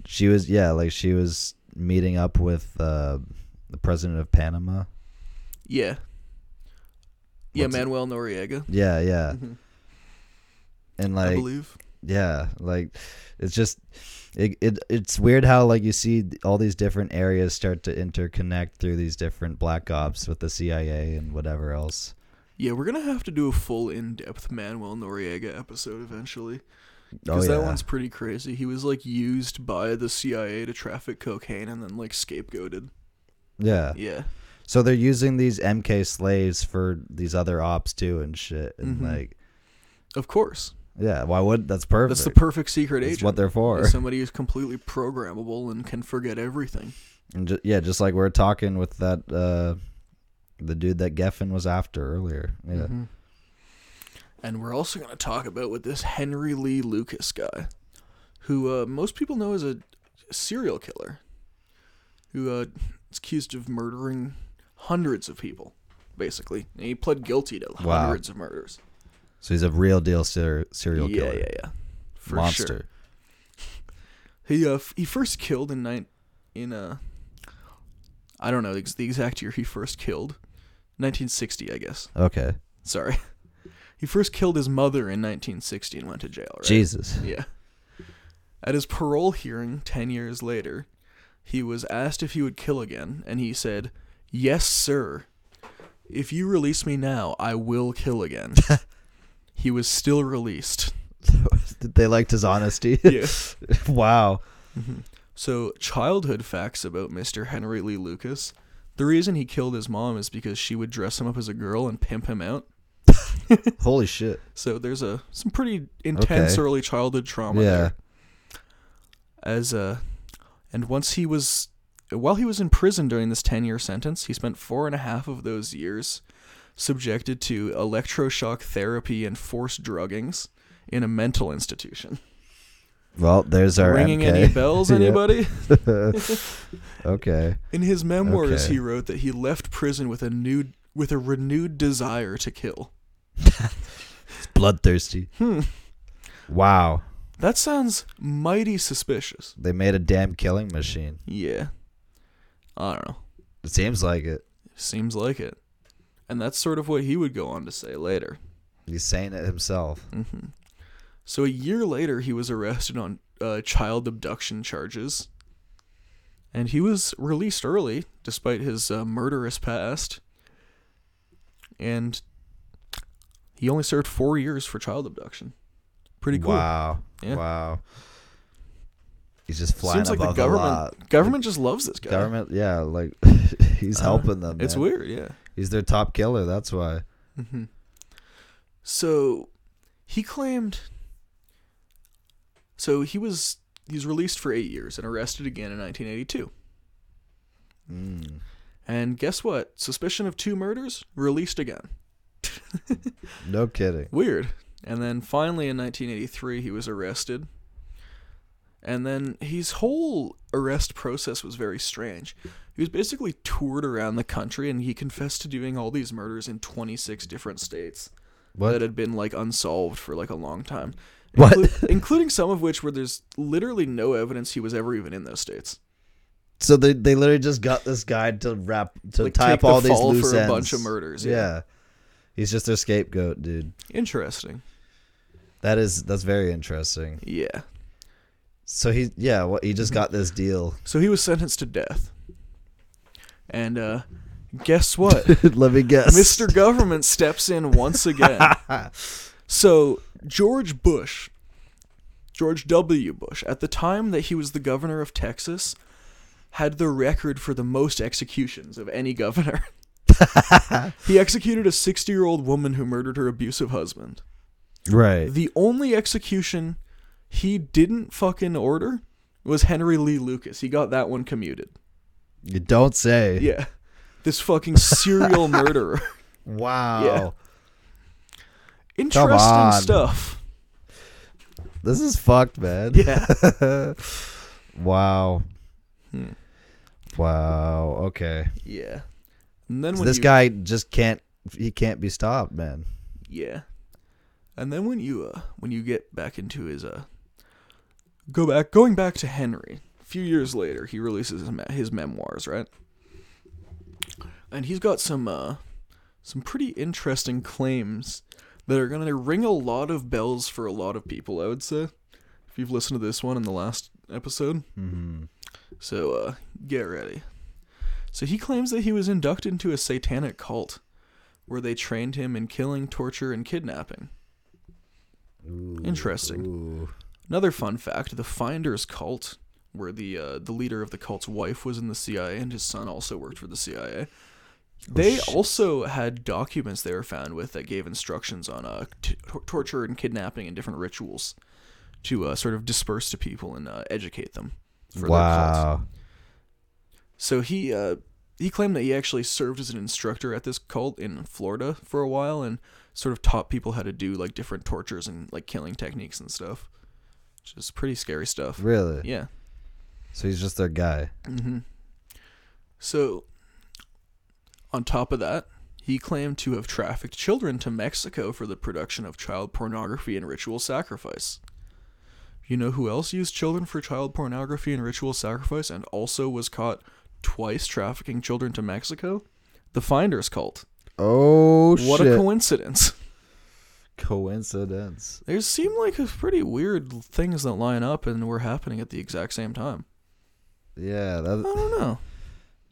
Speaker 4: She was yeah, like she was meeting up with uh, the president of Panama.
Speaker 3: Yeah. Yeah,
Speaker 4: What's it-
Speaker 3: Manuel Noriega,
Speaker 4: Yeah, yeah. And
Speaker 3: Mm-hmm. I
Speaker 4: like
Speaker 3: believe.
Speaker 4: yeah like it's just it, it it's weird how like you see th- all these different areas start to interconnect through these different black ops with the cia and whatever else
Speaker 3: Yeah, we're gonna have to do a full in-depth Manuel Noriega episode eventually
Speaker 4: oh
Speaker 3: because
Speaker 4: yeah
Speaker 3: that one's pretty crazy. He was like used by the CIA to traffic cocaine and then like scapegoated.
Speaker 4: yeah
Speaker 3: Yeah,
Speaker 4: so they're using these mk slaves for these other ops too and shit and
Speaker 3: Mm-hmm.
Speaker 4: like
Speaker 3: of course.
Speaker 4: yeah why would that's perfect
Speaker 3: That's the perfect secret
Speaker 4: That's
Speaker 3: agent.
Speaker 4: what they're for.
Speaker 3: is Somebody who's completely programmable and can forget everything.
Speaker 4: and ju- yeah just like we are talking with that uh the dude that geffen was after earlier yeah
Speaker 3: Mm-hmm. And we're also going to talk about with this Henry Lee Lucas guy, who uh, most people know as a serial killer, who uh, is accused of murdering hundreds of people, basically. And he pled guilty to
Speaker 4: Wow.
Speaker 3: hundreds of murders.
Speaker 4: so he's a real deal ser- serial
Speaker 3: yeah,
Speaker 4: killer
Speaker 3: yeah, yeah. For
Speaker 4: monster
Speaker 3: sure. He uh, f- he first killed in nine in uh I don't know the ex- the exact year he first killed, 1960, I guess.
Speaker 4: okay
Speaker 3: Sorry. He first killed his mother in 1960 and went to jail, right?
Speaker 4: jesus
Speaker 3: Yeah. At his parole hearing 10 years later, he was asked if he would kill again, and he said, Yes, sir. If you release me now, I will kill again. he was still released.
Speaker 4: Did they liked his honesty. wow.
Speaker 3: So, childhood facts about Mr. Henry Lee Lucas. The reason he killed his mom is because she would dress him up as a girl and pimp him out.
Speaker 4: Holy shit.
Speaker 3: So there's a some pretty intense
Speaker 4: Okay.
Speaker 3: early childhood trauma
Speaker 4: Yeah.
Speaker 3: there. As uh and once he was while he was in prison during this ten year sentence, he spent four and a half of those years subjected to electroshock therapy and forced druggings in a mental institution.
Speaker 4: Well, there's our
Speaker 3: Ringing
Speaker 4: MK.
Speaker 3: any bells,
Speaker 4: Yeah.
Speaker 3: anybody?
Speaker 4: Okay.
Speaker 3: In his memoirs,
Speaker 4: Okay.
Speaker 3: he wrote that he left prison with a new with a renewed desire to kill.
Speaker 4: It's bloodthirsty.
Speaker 3: Hmm.
Speaker 4: Wow.
Speaker 3: That sounds mighty suspicious.
Speaker 4: They made a damn killing machine.
Speaker 3: Yeah. I don't know.
Speaker 4: It seems like it.
Speaker 3: Seems like it. And that's sort of what he would go on to say later.
Speaker 4: He's saying it himself.
Speaker 3: So a year later, he was arrested on uh, child abduction charges. And he was released early, despite his uh, murderous past. And he only served four years for child abduction. Pretty cool.
Speaker 4: Wow.
Speaker 3: Yeah.
Speaker 4: Wow. He's just flying
Speaker 3: Seems like the
Speaker 4: above
Speaker 3: government government just loves this guy.
Speaker 4: the lot. Government, yeah, like he's
Speaker 3: I don't
Speaker 4: helping
Speaker 3: know.
Speaker 4: them.
Speaker 3: Uh, It's
Speaker 4: man.
Speaker 3: weird, yeah.
Speaker 4: He's their top killer. That's why.
Speaker 3: So he claimed. So he was he was released for eight years and arrested again in 1982. And guess what? Suspicion of two murders, released again.
Speaker 4: No kidding.
Speaker 3: Weird. And then finally in 1983 he was arrested. And then his whole arrest process was very strange. He was basically toured around the country and he confessed to doing all these murders in 26 different states
Speaker 4: What?
Speaker 3: that had been like unsolved for like a long time.
Speaker 4: What?
Speaker 3: Inclu- including some of which where there's literally no evidence he was ever even in those states.
Speaker 4: So they, they literally just got this guy to wrap to
Speaker 3: Like,
Speaker 4: tie
Speaker 3: take
Speaker 4: up all
Speaker 3: the
Speaker 4: these
Speaker 3: fall
Speaker 4: loose
Speaker 3: for a
Speaker 4: ends.
Speaker 3: bunch of murders, yeah.
Speaker 4: he's just their scapegoat, dude.
Speaker 3: Interesting.
Speaker 4: That is that's very interesting.
Speaker 3: Yeah.
Speaker 4: So he yeah, well, he
Speaker 3: Mm-hmm.
Speaker 4: just got this deal.
Speaker 3: So he was sentenced to death. And uh guess what?
Speaker 4: Let me guess,
Speaker 3: Mr. Government steps in once again. so George Bush, George W. Bush, at the time that he was the governor of Texas, had the record for the most executions of any governor. he executed a 60 year old woman who murdered her abusive husband.
Speaker 4: Right.
Speaker 3: The only execution he didn't fucking order was Henry Lee Lucas. He got that one commuted.
Speaker 4: You don't say.
Speaker 3: Yeah. This fucking serial murderer.
Speaker 4: Wow.
Speaker 3: Yeah.
Speaker 4: Come
Speaker 3: Interesting
Speaker 4: on.
Speaker 3: stuff.
Speaker 4: This is fucked, man.
Speaker 3: Yeah.
Speaker 4: Wow.
Speaker 3: Hmm.
Speaker 4: Wow. Okay.
Speaker 3: Yeah. And then
Speaker 4: So
Speaker 3: when
Speaker 4: this
Speaker 3: you,
Speaker 4: guy just can't. He can't be stopped, man.
Speaker 3: yeah. And then when you uh when you get back into his uh go back going back to Henry. A few years later, he releases his, me- his memoirs, right? And he's got some uh some pretty interesting claims that are going to ring a lot of bells for a lot of people, I would say. If you've listened to this one in the last episode. So uh get ready. So he claims that he was inducted into a satanic cult where they trained him in killing, torture, and kidnapping. Interesting. Another fun fact: the Finders cult, where the uh, the leader of the cult's wife was in the CIA and his son also worked for the CIA. They also had documents they were found with that gave instructions on uh, t- tor- torture and kidnapping and different rituals to uh, sort of disperse to people and uh, educate them. For Their cult.
Speaker 4: Wow.
Speaker 3: So he uh, he claimed that he actually served as an instructor at this cult in Florida for a while and sort of taught people how to do like different tortures and like killing techniques and stuff, which is pretty scary stuff.
Speaker 4: Really.
Speaker 3: Yeah.
Speaker 4: So he's just their guy.
Speaker 3: So on top of that, he claimed to have trafficked children to Mexico for the production of child pornography and ritual sacrifice. You know who else used children for child pornography and ritual sacrifice and also was caught twice trafficking children to Mexico? The Finders cult.
Speaker 4: Oh
Speaker 3: What
Speaker 4: shit!
Speaker 3: a coincidence.
Speaker 4: coincidence.
Speaker 3: There seem like a pretty weird things that line up and were happening at the exact same time.
Speaker 4: Yeah.
Speaker 3: I
Speaker 4: That
Speaker 3: don't know.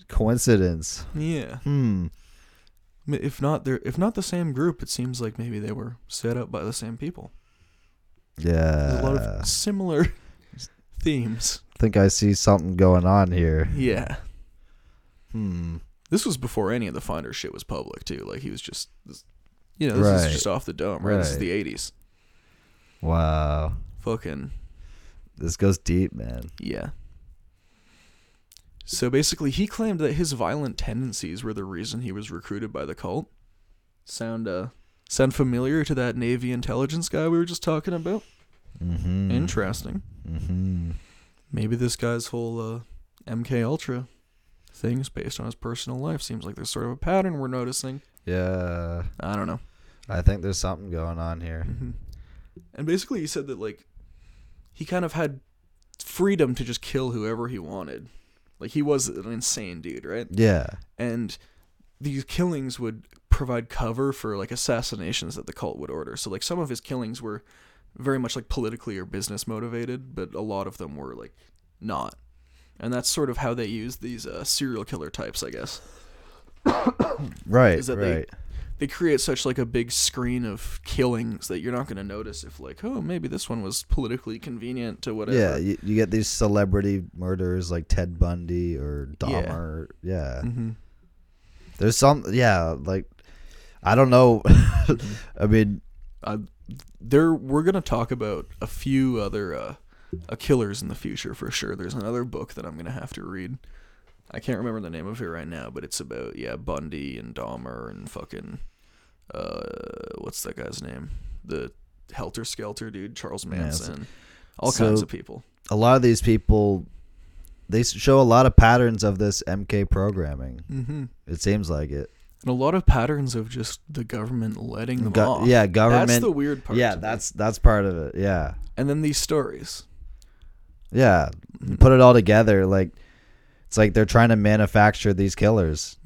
Speaker 4: coincidence.
Speaker 3: Yeah.
Speaker 4: Hmm.
Speaker 3: M- If not they're if not the same group, it seems like maybe they were set up by the same people. There's
Speaker 4: Yeah.
Speaker 3: a lot of similar themes.
Speaker 4: think I see something going on here.
Speaker 3: Yeah.
Speaker 4: Hmm.
Speaker 3: This was before any of the Finder shit was public too. Like he was just this- you know, this
Speaker 4: Right.
Speaker 3: is just off the dome, right? This is
Speaker 4: Right.
Speaker 3: the eighties.
Speaker 4: Wow.
Speaker 3: Fucking
Speaker 4: This goes deep, man.
Speaker 3: Yeah. So basically, he claimed that his violent tendencies were the reason he was recruited by the cult. Sound uh, sound familiar to that Navy intelligence guy we were just talking about?
Speaker 4: Mm-hmm.
Speaker 3: Interesting.
Speaker 4: Mm-hmm.
Speaker 3: Maybe this guy's whole uh, MK Ultra things based on his personal life seems like there's sort of a pattern we're noticing.
Speaker 4: Yeah.
Speaker 3: I don't know.
Speaker 4: I think there's something going on here.
Speaker 3: Mm-hmm. And basically, he said that like he kind of had freedom to just kill whoever he wanted. Like he was an insane dude, right?
Speaker 4: Yeah.
Speaker 3: and these killings would provide cover for like assassinations that the cult would order. So like some of his killings were very much like politically or business motivated, but a lot of them were like not. And that's sort of how they use these uh, serial killer types, I guess.
Speaker 4: Right.
Speaker 3: Is that they-
Speaker 4: right.
Speaker 3: They create such like a big screen of killings that you're not going to notice if like, oh, maybe this one was politically convenient to whatever.
Speaker 4: yeah. You, you get these celebrity murders like Ted Bundy or Dahmer. Yeah.
Speaker 3: Mhm.
Speaker 4: There's some. Yeah. Like, I don't know. I mean,
Speaker 3: uh, there we're gonna talk about a few other uh, uh, killers in the future for sure. There's another book that I'm gonna have to read. I can't remember the name of it right now, but it's about yeah Bundy and Dahmer and fucking uh what's that guy's name? The Helter Skelter dude, Charles Manson, all
Speaker 4: so-
Speaker 3: kinds of people.
Speaker 4: a lot of these people, they s- show a lot of patterns of this MK programming.
Speaker 3: Mm-hmm.
Speaker 4: It seems like it.
Speaker 3: And a lot of patterns of just the government letting them
Speaker 4: Go-
Speaker 3: off.
Speaker 4: yeah, government.
Speaker 3: That's the weird part.
Speaker 4: yeah,
Speaker 3: to me.
Speaker 4: that's that's part of it. Yeah,
Speaker 3: and then these stories. Mm-hmm.
Speaker 4: yeah. Put it all together, like It's like they're trying to manufacture these killers.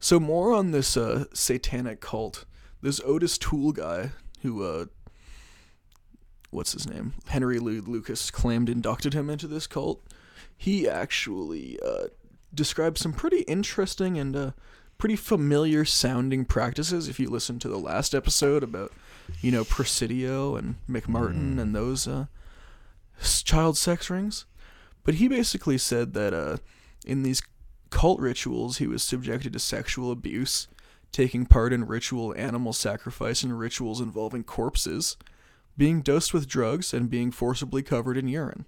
Speaker 3: So more on this uh, satanic cult. This Otis Tool guy, who, uh, what's his name? Henry Lou Lucas claimed inducted him into this cult. He actually uh, described some pretty interesting and uh, pretty familiar sounding practices. If you listen to the last episode about, you know, Presidio and
Speaker 4: Mm.
Speaker 3: McMartin and those uh, s- child sex rings. But he basically said that uh, in these cult rituals, he was subjected to sexual abuse, taking part in ritual animal sacrifice and rituals involving corpses, being dosed with drugs, and being forcibly covered in urine.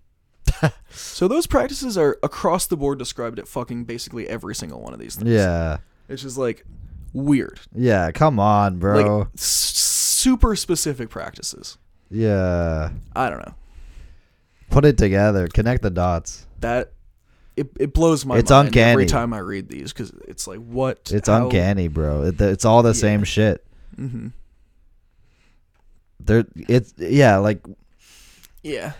Speaker 3: so those practices are across the board described at fucking basically every single one of these things.
Speaker 4: Yeah.
Speaker 3: It's just like weird.
Speaker 4: Yeah, come on, bro.
Speaker 3: Like s- super specific practices.
Speaker 4: yeah.
Speaker 3: I don't know.
Speaker 4: Put it together. Connect the dots.
Speaker 3: That it, it blows my
Speaker 4: It's
Speaker 3: mind every
Speaker 4: uncanny.
Speaker 3: time I read these because it's like what
Speaker 4: It's
Speaker 3: how-
Speaker 4: uncanny, bro. It, it's all the same shit.
Speaker 3: Mhm.
Speaker 4: There it's yeah, like
Speaker 3: Yeah,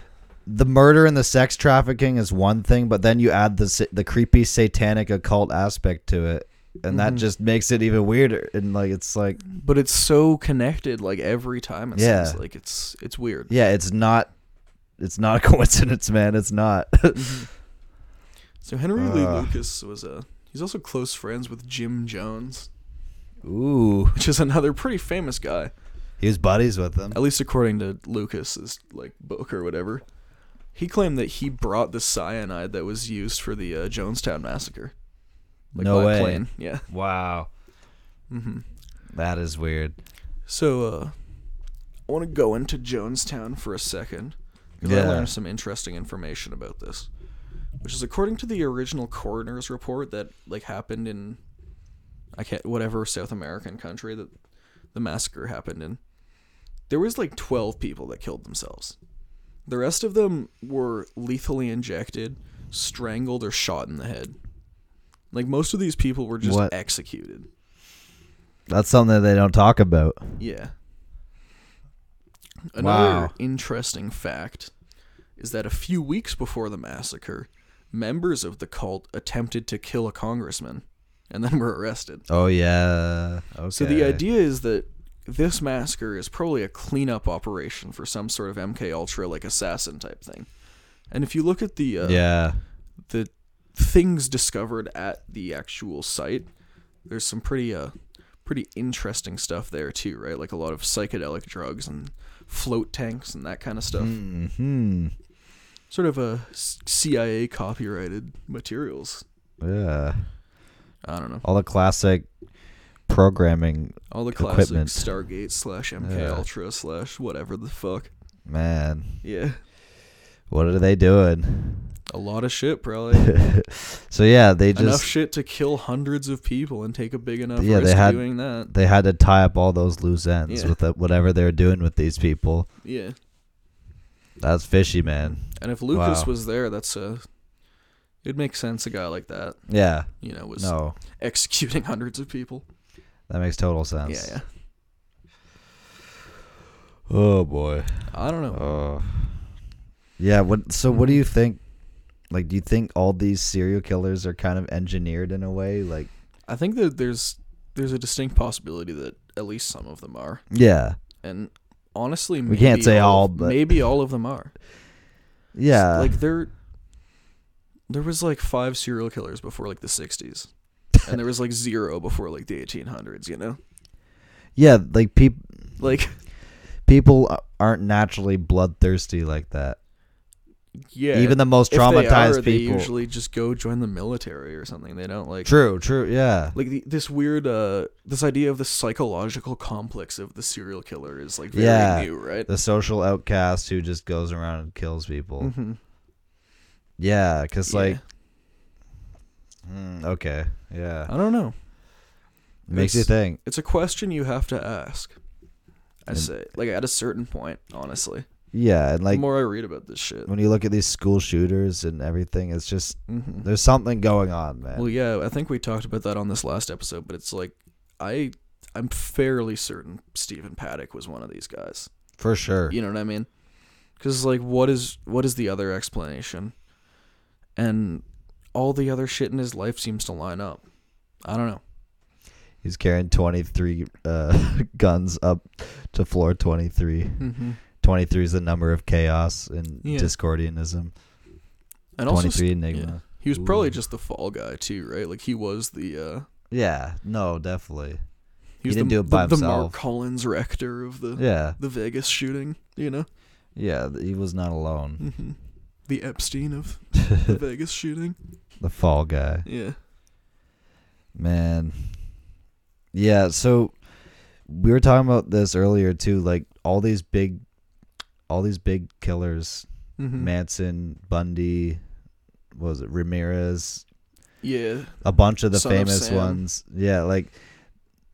Speaker 4: the murder and the sex trafficking is one thing, but then you add the sa- the creepy satanic occult aspect to it, and that just makes it even weirder. And like it's like
Speaker 3: but it's so connected. Like every time, it
Speaker 4: Yeah.
Speaker 3: seems like it's it's weird.
Speaker 4: yeah, it's not it's not a coincidence, man. It's not.
Speaker 3: So Henry Lee Lucas was a he's also close friends with Jim Jones,
Speaker 4: Ooh,
Speaker 3: which is another pretty famous guy.
Speaker 4: he was buddies with them.
Speaker 3: at least according to Lucas's like book or whatever, he claimed that he brought the cyanide that was used for the uh, Jonestown massacre. Like,
Speaker 4: No
Speaker 3: by
Speaker 4: way.
Speaker 3: Plane. Yeah.
Speaker 4: Wow, that is weird.
Speaker 3: So uh, I want to go into Jonestown for a second because I
Speaker 4: Yeah.
Speaker 3: learned some interesting information about this, which is according to the original coroner's report that like happened in I can't whatever South American country that the massacre happened in. There was like twelve people that killed themselves. The rest of them were lethally injected, strangled, or shot in the head. Like most of these people were just
Speaker 4: What?
Speaker 3: executed.
Speaker 4: That's something they don't talk about.
Speaker 3: Yeah. Another
Speaker 4: Wow.
Speaker 3: interesting fact is that a few weeks before the massacre, members of the cult attempted to kill a congressman and then were arrested.
Speaker 4: Oh yeah. Okay.
Speaker 3: So the idea is that this massacre is probably a cleanup operation for some sort of MK Ultra like assassin type thing. And if you look at the uh,
Speaker 4: Yeah.
Speaker 3: the things discovered at the actual site, there's some pretty uh pretty interesting stuff there too, right? Like a lot of psychedelic drugs and float tanks and that kind of stuff.
Speaker 4: Hmm.
Speaker 3: Sort of a s- CIA copyrighted materials.
Speaker 4: Yeah.
Speaker 3: I don't know.
Speaker 4: All the classic programming,
Speaker 3: All the classic
Speaker 4: Equipment.
Speaker 3: Stargate slash MK Ultra slash whatever the fuck.
Speaker 4: man.
Speaker 3: Yeah.
Speaker 4: What are they doing?
Speaker 3: A lot of shit probably.
Speaker 4: So yeah, they
Speaker 3: enough
Speaker 4: just
Speaker 3: shit to kill hundreds of people and take a big enough
Speaker 4: Yeah, they
Speaker 3: risk
Speaker 4: had-
Speaker 3: doing that.
Speaker 4: they had to tie up all those loose ends
Speaker 3: Yeah.
Speaker 4: with the, whatever they're doing with these people.
Speaker 3: Yeah.
Speaker 4: That's fishy, man.
Speaker 3: And if Lucas
Speaker 4: Wow.
Speaker 3: was there, that's a. It makes sense a guy like that,
Speaker 4: Yeah.
Speaker 3: you know, was
Speaker 4: No,
Speaker 3: executing hundreds of people.
Speaker 4: that makes total sense.
Speaker 3: Yeah, yeah.
Speaker 4: Oh boy.
Speaker 3: I don't know.
Speaker 4: Oh. Yeah. What? So what do you think? Like, do you think all these serial killers are kind of engineered in a way? Like,
Speaker 3: I think that there's there's a distinct possibility that at least some of them are,
Speaker 4: yeah,
Speaker 3: and honestly,
Speaker 4: We can't
Speaker 3: maybe
Speaker 4: say all,
Speaker 3: of-
Speaker 4: but-
Speaker 3: maybe all of them are.
Speaker 4: yeah.
Speaker 3: like there, there was like five serial killers before like the '60s, and there was like zero before like the 1800s. You know,
Speaker 4: yeah, like people
Speaker 3: like
Speaker 4: people a- aren't naturally bloodthirsty like that.
Speaker 3: yeah,
Speaker 4: Even the most
Speaker 3: if they
Speaker 4: traumatized
Speaker 3: are, they
Speaker 4: people.
Speaker 3: usually just go join the military or something. They don't like
Speaker 4: True. True. Yeah.
Speaker 3: like the, this weird uh this idea of the psychological complex of the serial killer is like very
Speaker 4: Yeah.
Speaker 3: new right
Speaker 4: the social outcast who just goes around and kills people.
Speaker 3: Mhm.
Speaker 4: Yeah, because
Speaker 3: Yeah.
Speaker 4: like, Hmm, okay, yeah,
Speaker 3: i don't know
Speaker 4: makes you
Speaker 3: Uh, it's-
Speaker 4: think.
Speaker 3: it's a question you have to ask i say like at a certain point honestly
Speaker 4: Yeah, and
Speaker 3: the
Speaker 4: like
Speaker 3: more i read about this shit
Speaker 4: when you look at these school shooters and everything, it's just
Speaker 3: Mhm.
Speaker 4: there's something going on, man.
Speaker 3: well yeah i think we talked about that on this last episode but it's like i i'm fairly certain stephen paddock was one of these guys
Speaker 4: For sure.
Speaker 3: you know what i mean because like what is what is the other explanation and all the other shit in his life seems to line up. I don't know.
Speaker 4: He's carrying 23 uh, guns up to floor 23. 23 is the number of chaos and
Speaker 3: Yeah.
Speaker 4: discordianism.
Speaker 3: And also,
Speaker 4: 23
Speaker 3: yeah.
Speaker 4: Enigma.
Speaker 3: he was probably just the fall guy too, right? Like he was the uh,
Speaker 4: Yeah. no, definitely.
Speaker 3: he was
Speaker 4: didn't
Speaker 3: the,
Speaker 4: do it by
Speaker 3: the, the
Speaker 4: himself.
Speaker 3: Mark Collins rector of the
Speaker 4: Yeah,
Speaker 3: the Vegas shooting. You know,
Speaker 4: yeah, th- he was not alone.
Speaker 3: the Epstein of the Vegas shooting.
Speaker 4: The fall guy.
Speaker 3: Yeah.
Speaker 4: Man. Yeah, so we were talking about this earlier too, like all these big all these big killers,
Speaker 3: Mhm.
Speaker 4: Manson, Bundy, what was it Ramirez,
Speaker 3: Yeah.
Speaker 4: a bunch of the
Speaker 3: Son of
Speaker 4: famous
Speaker 3: Sam.
Speaker 4: ones. Yeah, like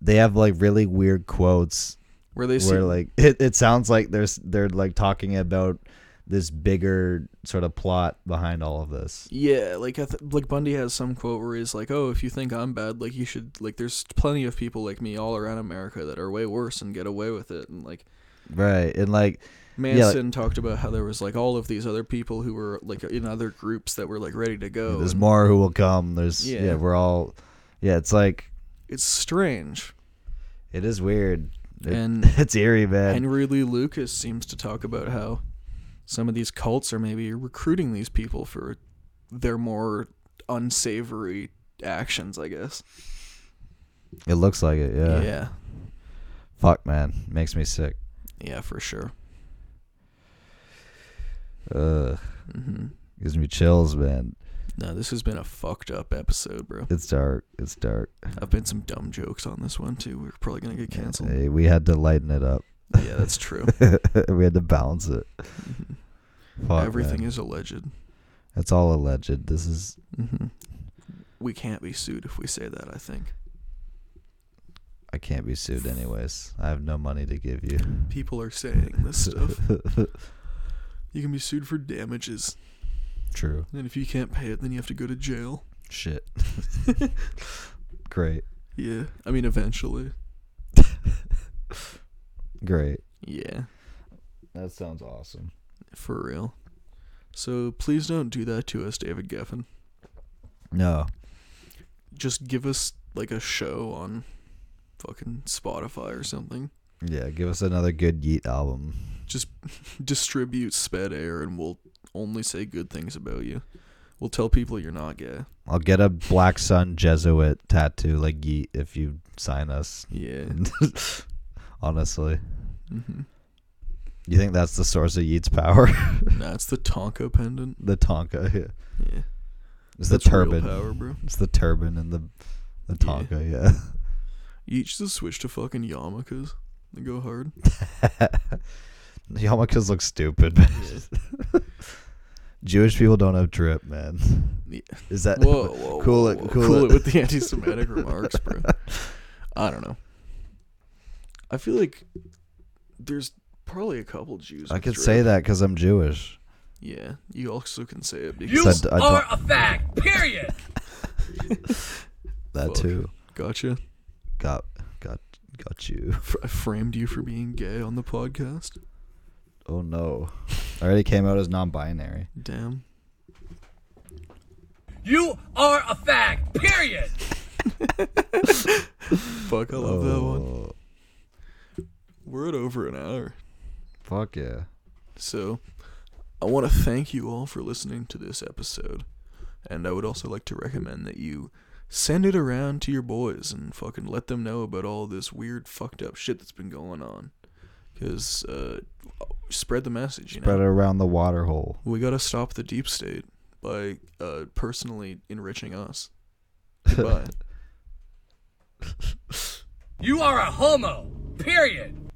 Speaker 4: they have like really weird quotes
Speaker 3: Where they see
Speaker 4: where like it, it sounds like there's they're like talking about this bigger sort of plot behind all of this.
Speaker 3: Yeah, like I th- like Bundy has some quote where he's like, "Oh, if you think I'm bad, like you should like there's plenty of people like me all around America that are way worse and get away with it." And like
Speaker 4: Right. And like
Speaker 3: Manson talked about how there was like all of these other people who were like in other groups that were like ready to go.
Speaker 4: there's
Speaker 3: and
Speaker 4: more who will come. There's
Speaker 3: Yeah.
Speaker 4: yeah we're all yeah, it's like
Speaker 3: it's strange.
Speaker 4: It is weird. It-
Speaker 3: And-
Speaker 4: it's eerie, man.
Speaker 3: Henry Lee Lucas seems to talk about how some of these cults are maybe recruiting these people for their more unsavory actions, I guess.
Speaker 4: it looks like it. Yeah.
Speaker 3: yeah.
Speaker 4: Fuck, man. Makes me sick.
Speaker 3: Yeah, for sure.
Speaker 4: Ugh.
Speaker 3: Mhm.
Speaker 4: Gives me chills, man.
Speaker 3: No, this has been a fucked up episode, bro.
Speaker 4: It's dark. It's dark.
Speaker 3: I've been some dumb jokes on this one too. We're probably gonna get canceled.
Speaker 4: Hey, we had to lighten it up.
Speaker 3: Yeah, that's true.
Speaker 4: we had to balance it. Fuck,
Speaker 3: Everything
Speaker 4: man.
Speaker 3: is alleged.
Speaker 4: It's all alleged. This is
Speaker 3: hmm We can't be sued if we say that. I think
Speaker 4: I can't be sued anyways. I have no money to give you.
Speaker 3: people are saying this stuff. you can be sued for damages,
Speaker 4: True.
Speaker 3: and if you can't pay it, then you have to go to jail.
Speaker 4: Shit. Great.
Speaker 3: Yeah, I mean eventually.
Speaker 4: Great.
Speaker 3: Yeah,
Speaker 4: That sounds awesome.
Speaker 3: for real. So please don't do that to us, David Geffen.
Speaker 4: No.
Speaker 3: Just give us like a show on fucking Spotify or something.
Speaker 4: Yeah, give us another good Yeet album.
Speaker 3: just distribute sped air and we'll only say good things about you. We'll tell people you're not gay.
Speaker 4: I'll get a Black Sun Jesuit tattoo like Yeet if you sign us.
Speaker 3: Yeah.
Speaker 4: Honestly.
Speaker 3: hmm
Speaker 4: You think that's the source of Yeet's power?
Speaker 3: That's the Tonka pendant.
Speaker 4: the Tonka. Yeah.
Speaker 3: Yeah.
Speaker 4: It's
Speaker 3: That's
Speaker 4: the
Speaker 3: real
Speaker 4: turban.
Speaker 3: power, bro.
Speaker 4: It's the turban and the
Speaker 3: Yeah.
Speaker 4: the Tonka, yeah.
Speaker 3: You should just switch to fucking yarmulkes and go hard.
Speaker 4: The Yarmulkes look stupid, man. Jewish people don't have drip, man.
Speaker 3: Yeah.
Speaker 4: Is that
Speaker 3: Whoa, whoa,
Speaker 4: cool
Speaker 3: whoa,
Speaker 4: it
Speaker 3: whoa.
Speaker 4: cool, it.
Speaker 3: with the anti-Semitic remarks, bro. I don't know. I feel like there's probably a couple Jews.
Speaker 4: I
Speaker 3: with
Speaker 4: could
Speaker 3: dread.
Speaker 4: say that cuz I'm Jewish.
Speaker 3: Yeah, you also can say it because
Speaker 1: You
Speaker 4: Said I don't-
Speaker 1: are a fact, period.
Speaker 4: That
Speaker 3: Fuck.
Speaker 4: too.
Speaker 3: gotcha.
Speaker 4: Got got got you.
Speaker 3: Fr- I framed you for being gay on the podcast.
Speaker 4: Oh no. I already came out as non-binary.
Speaker 3: Damn.
Speaker 1: You are a fact, period.
Speaker 3: Fuck, I love that one.
Speaker 4: Oh.
Speaker 3: We're at over an hour.
Speaker 4: Fuck yeah.
Speaker 3: So, I want to thank you all for listening to this episode. And I would also like to recommend that you send it around to your boys and fucking let them know about all this weird, fucked up shit that's been going on. Because, uh, spread the message, you know?
Speaker 4: Spread it around the water hole.
Speaker 3: We gotta stop the deep state by, uh, personally enriching us. Goodbye.
Speaker 1: You are a homo, period.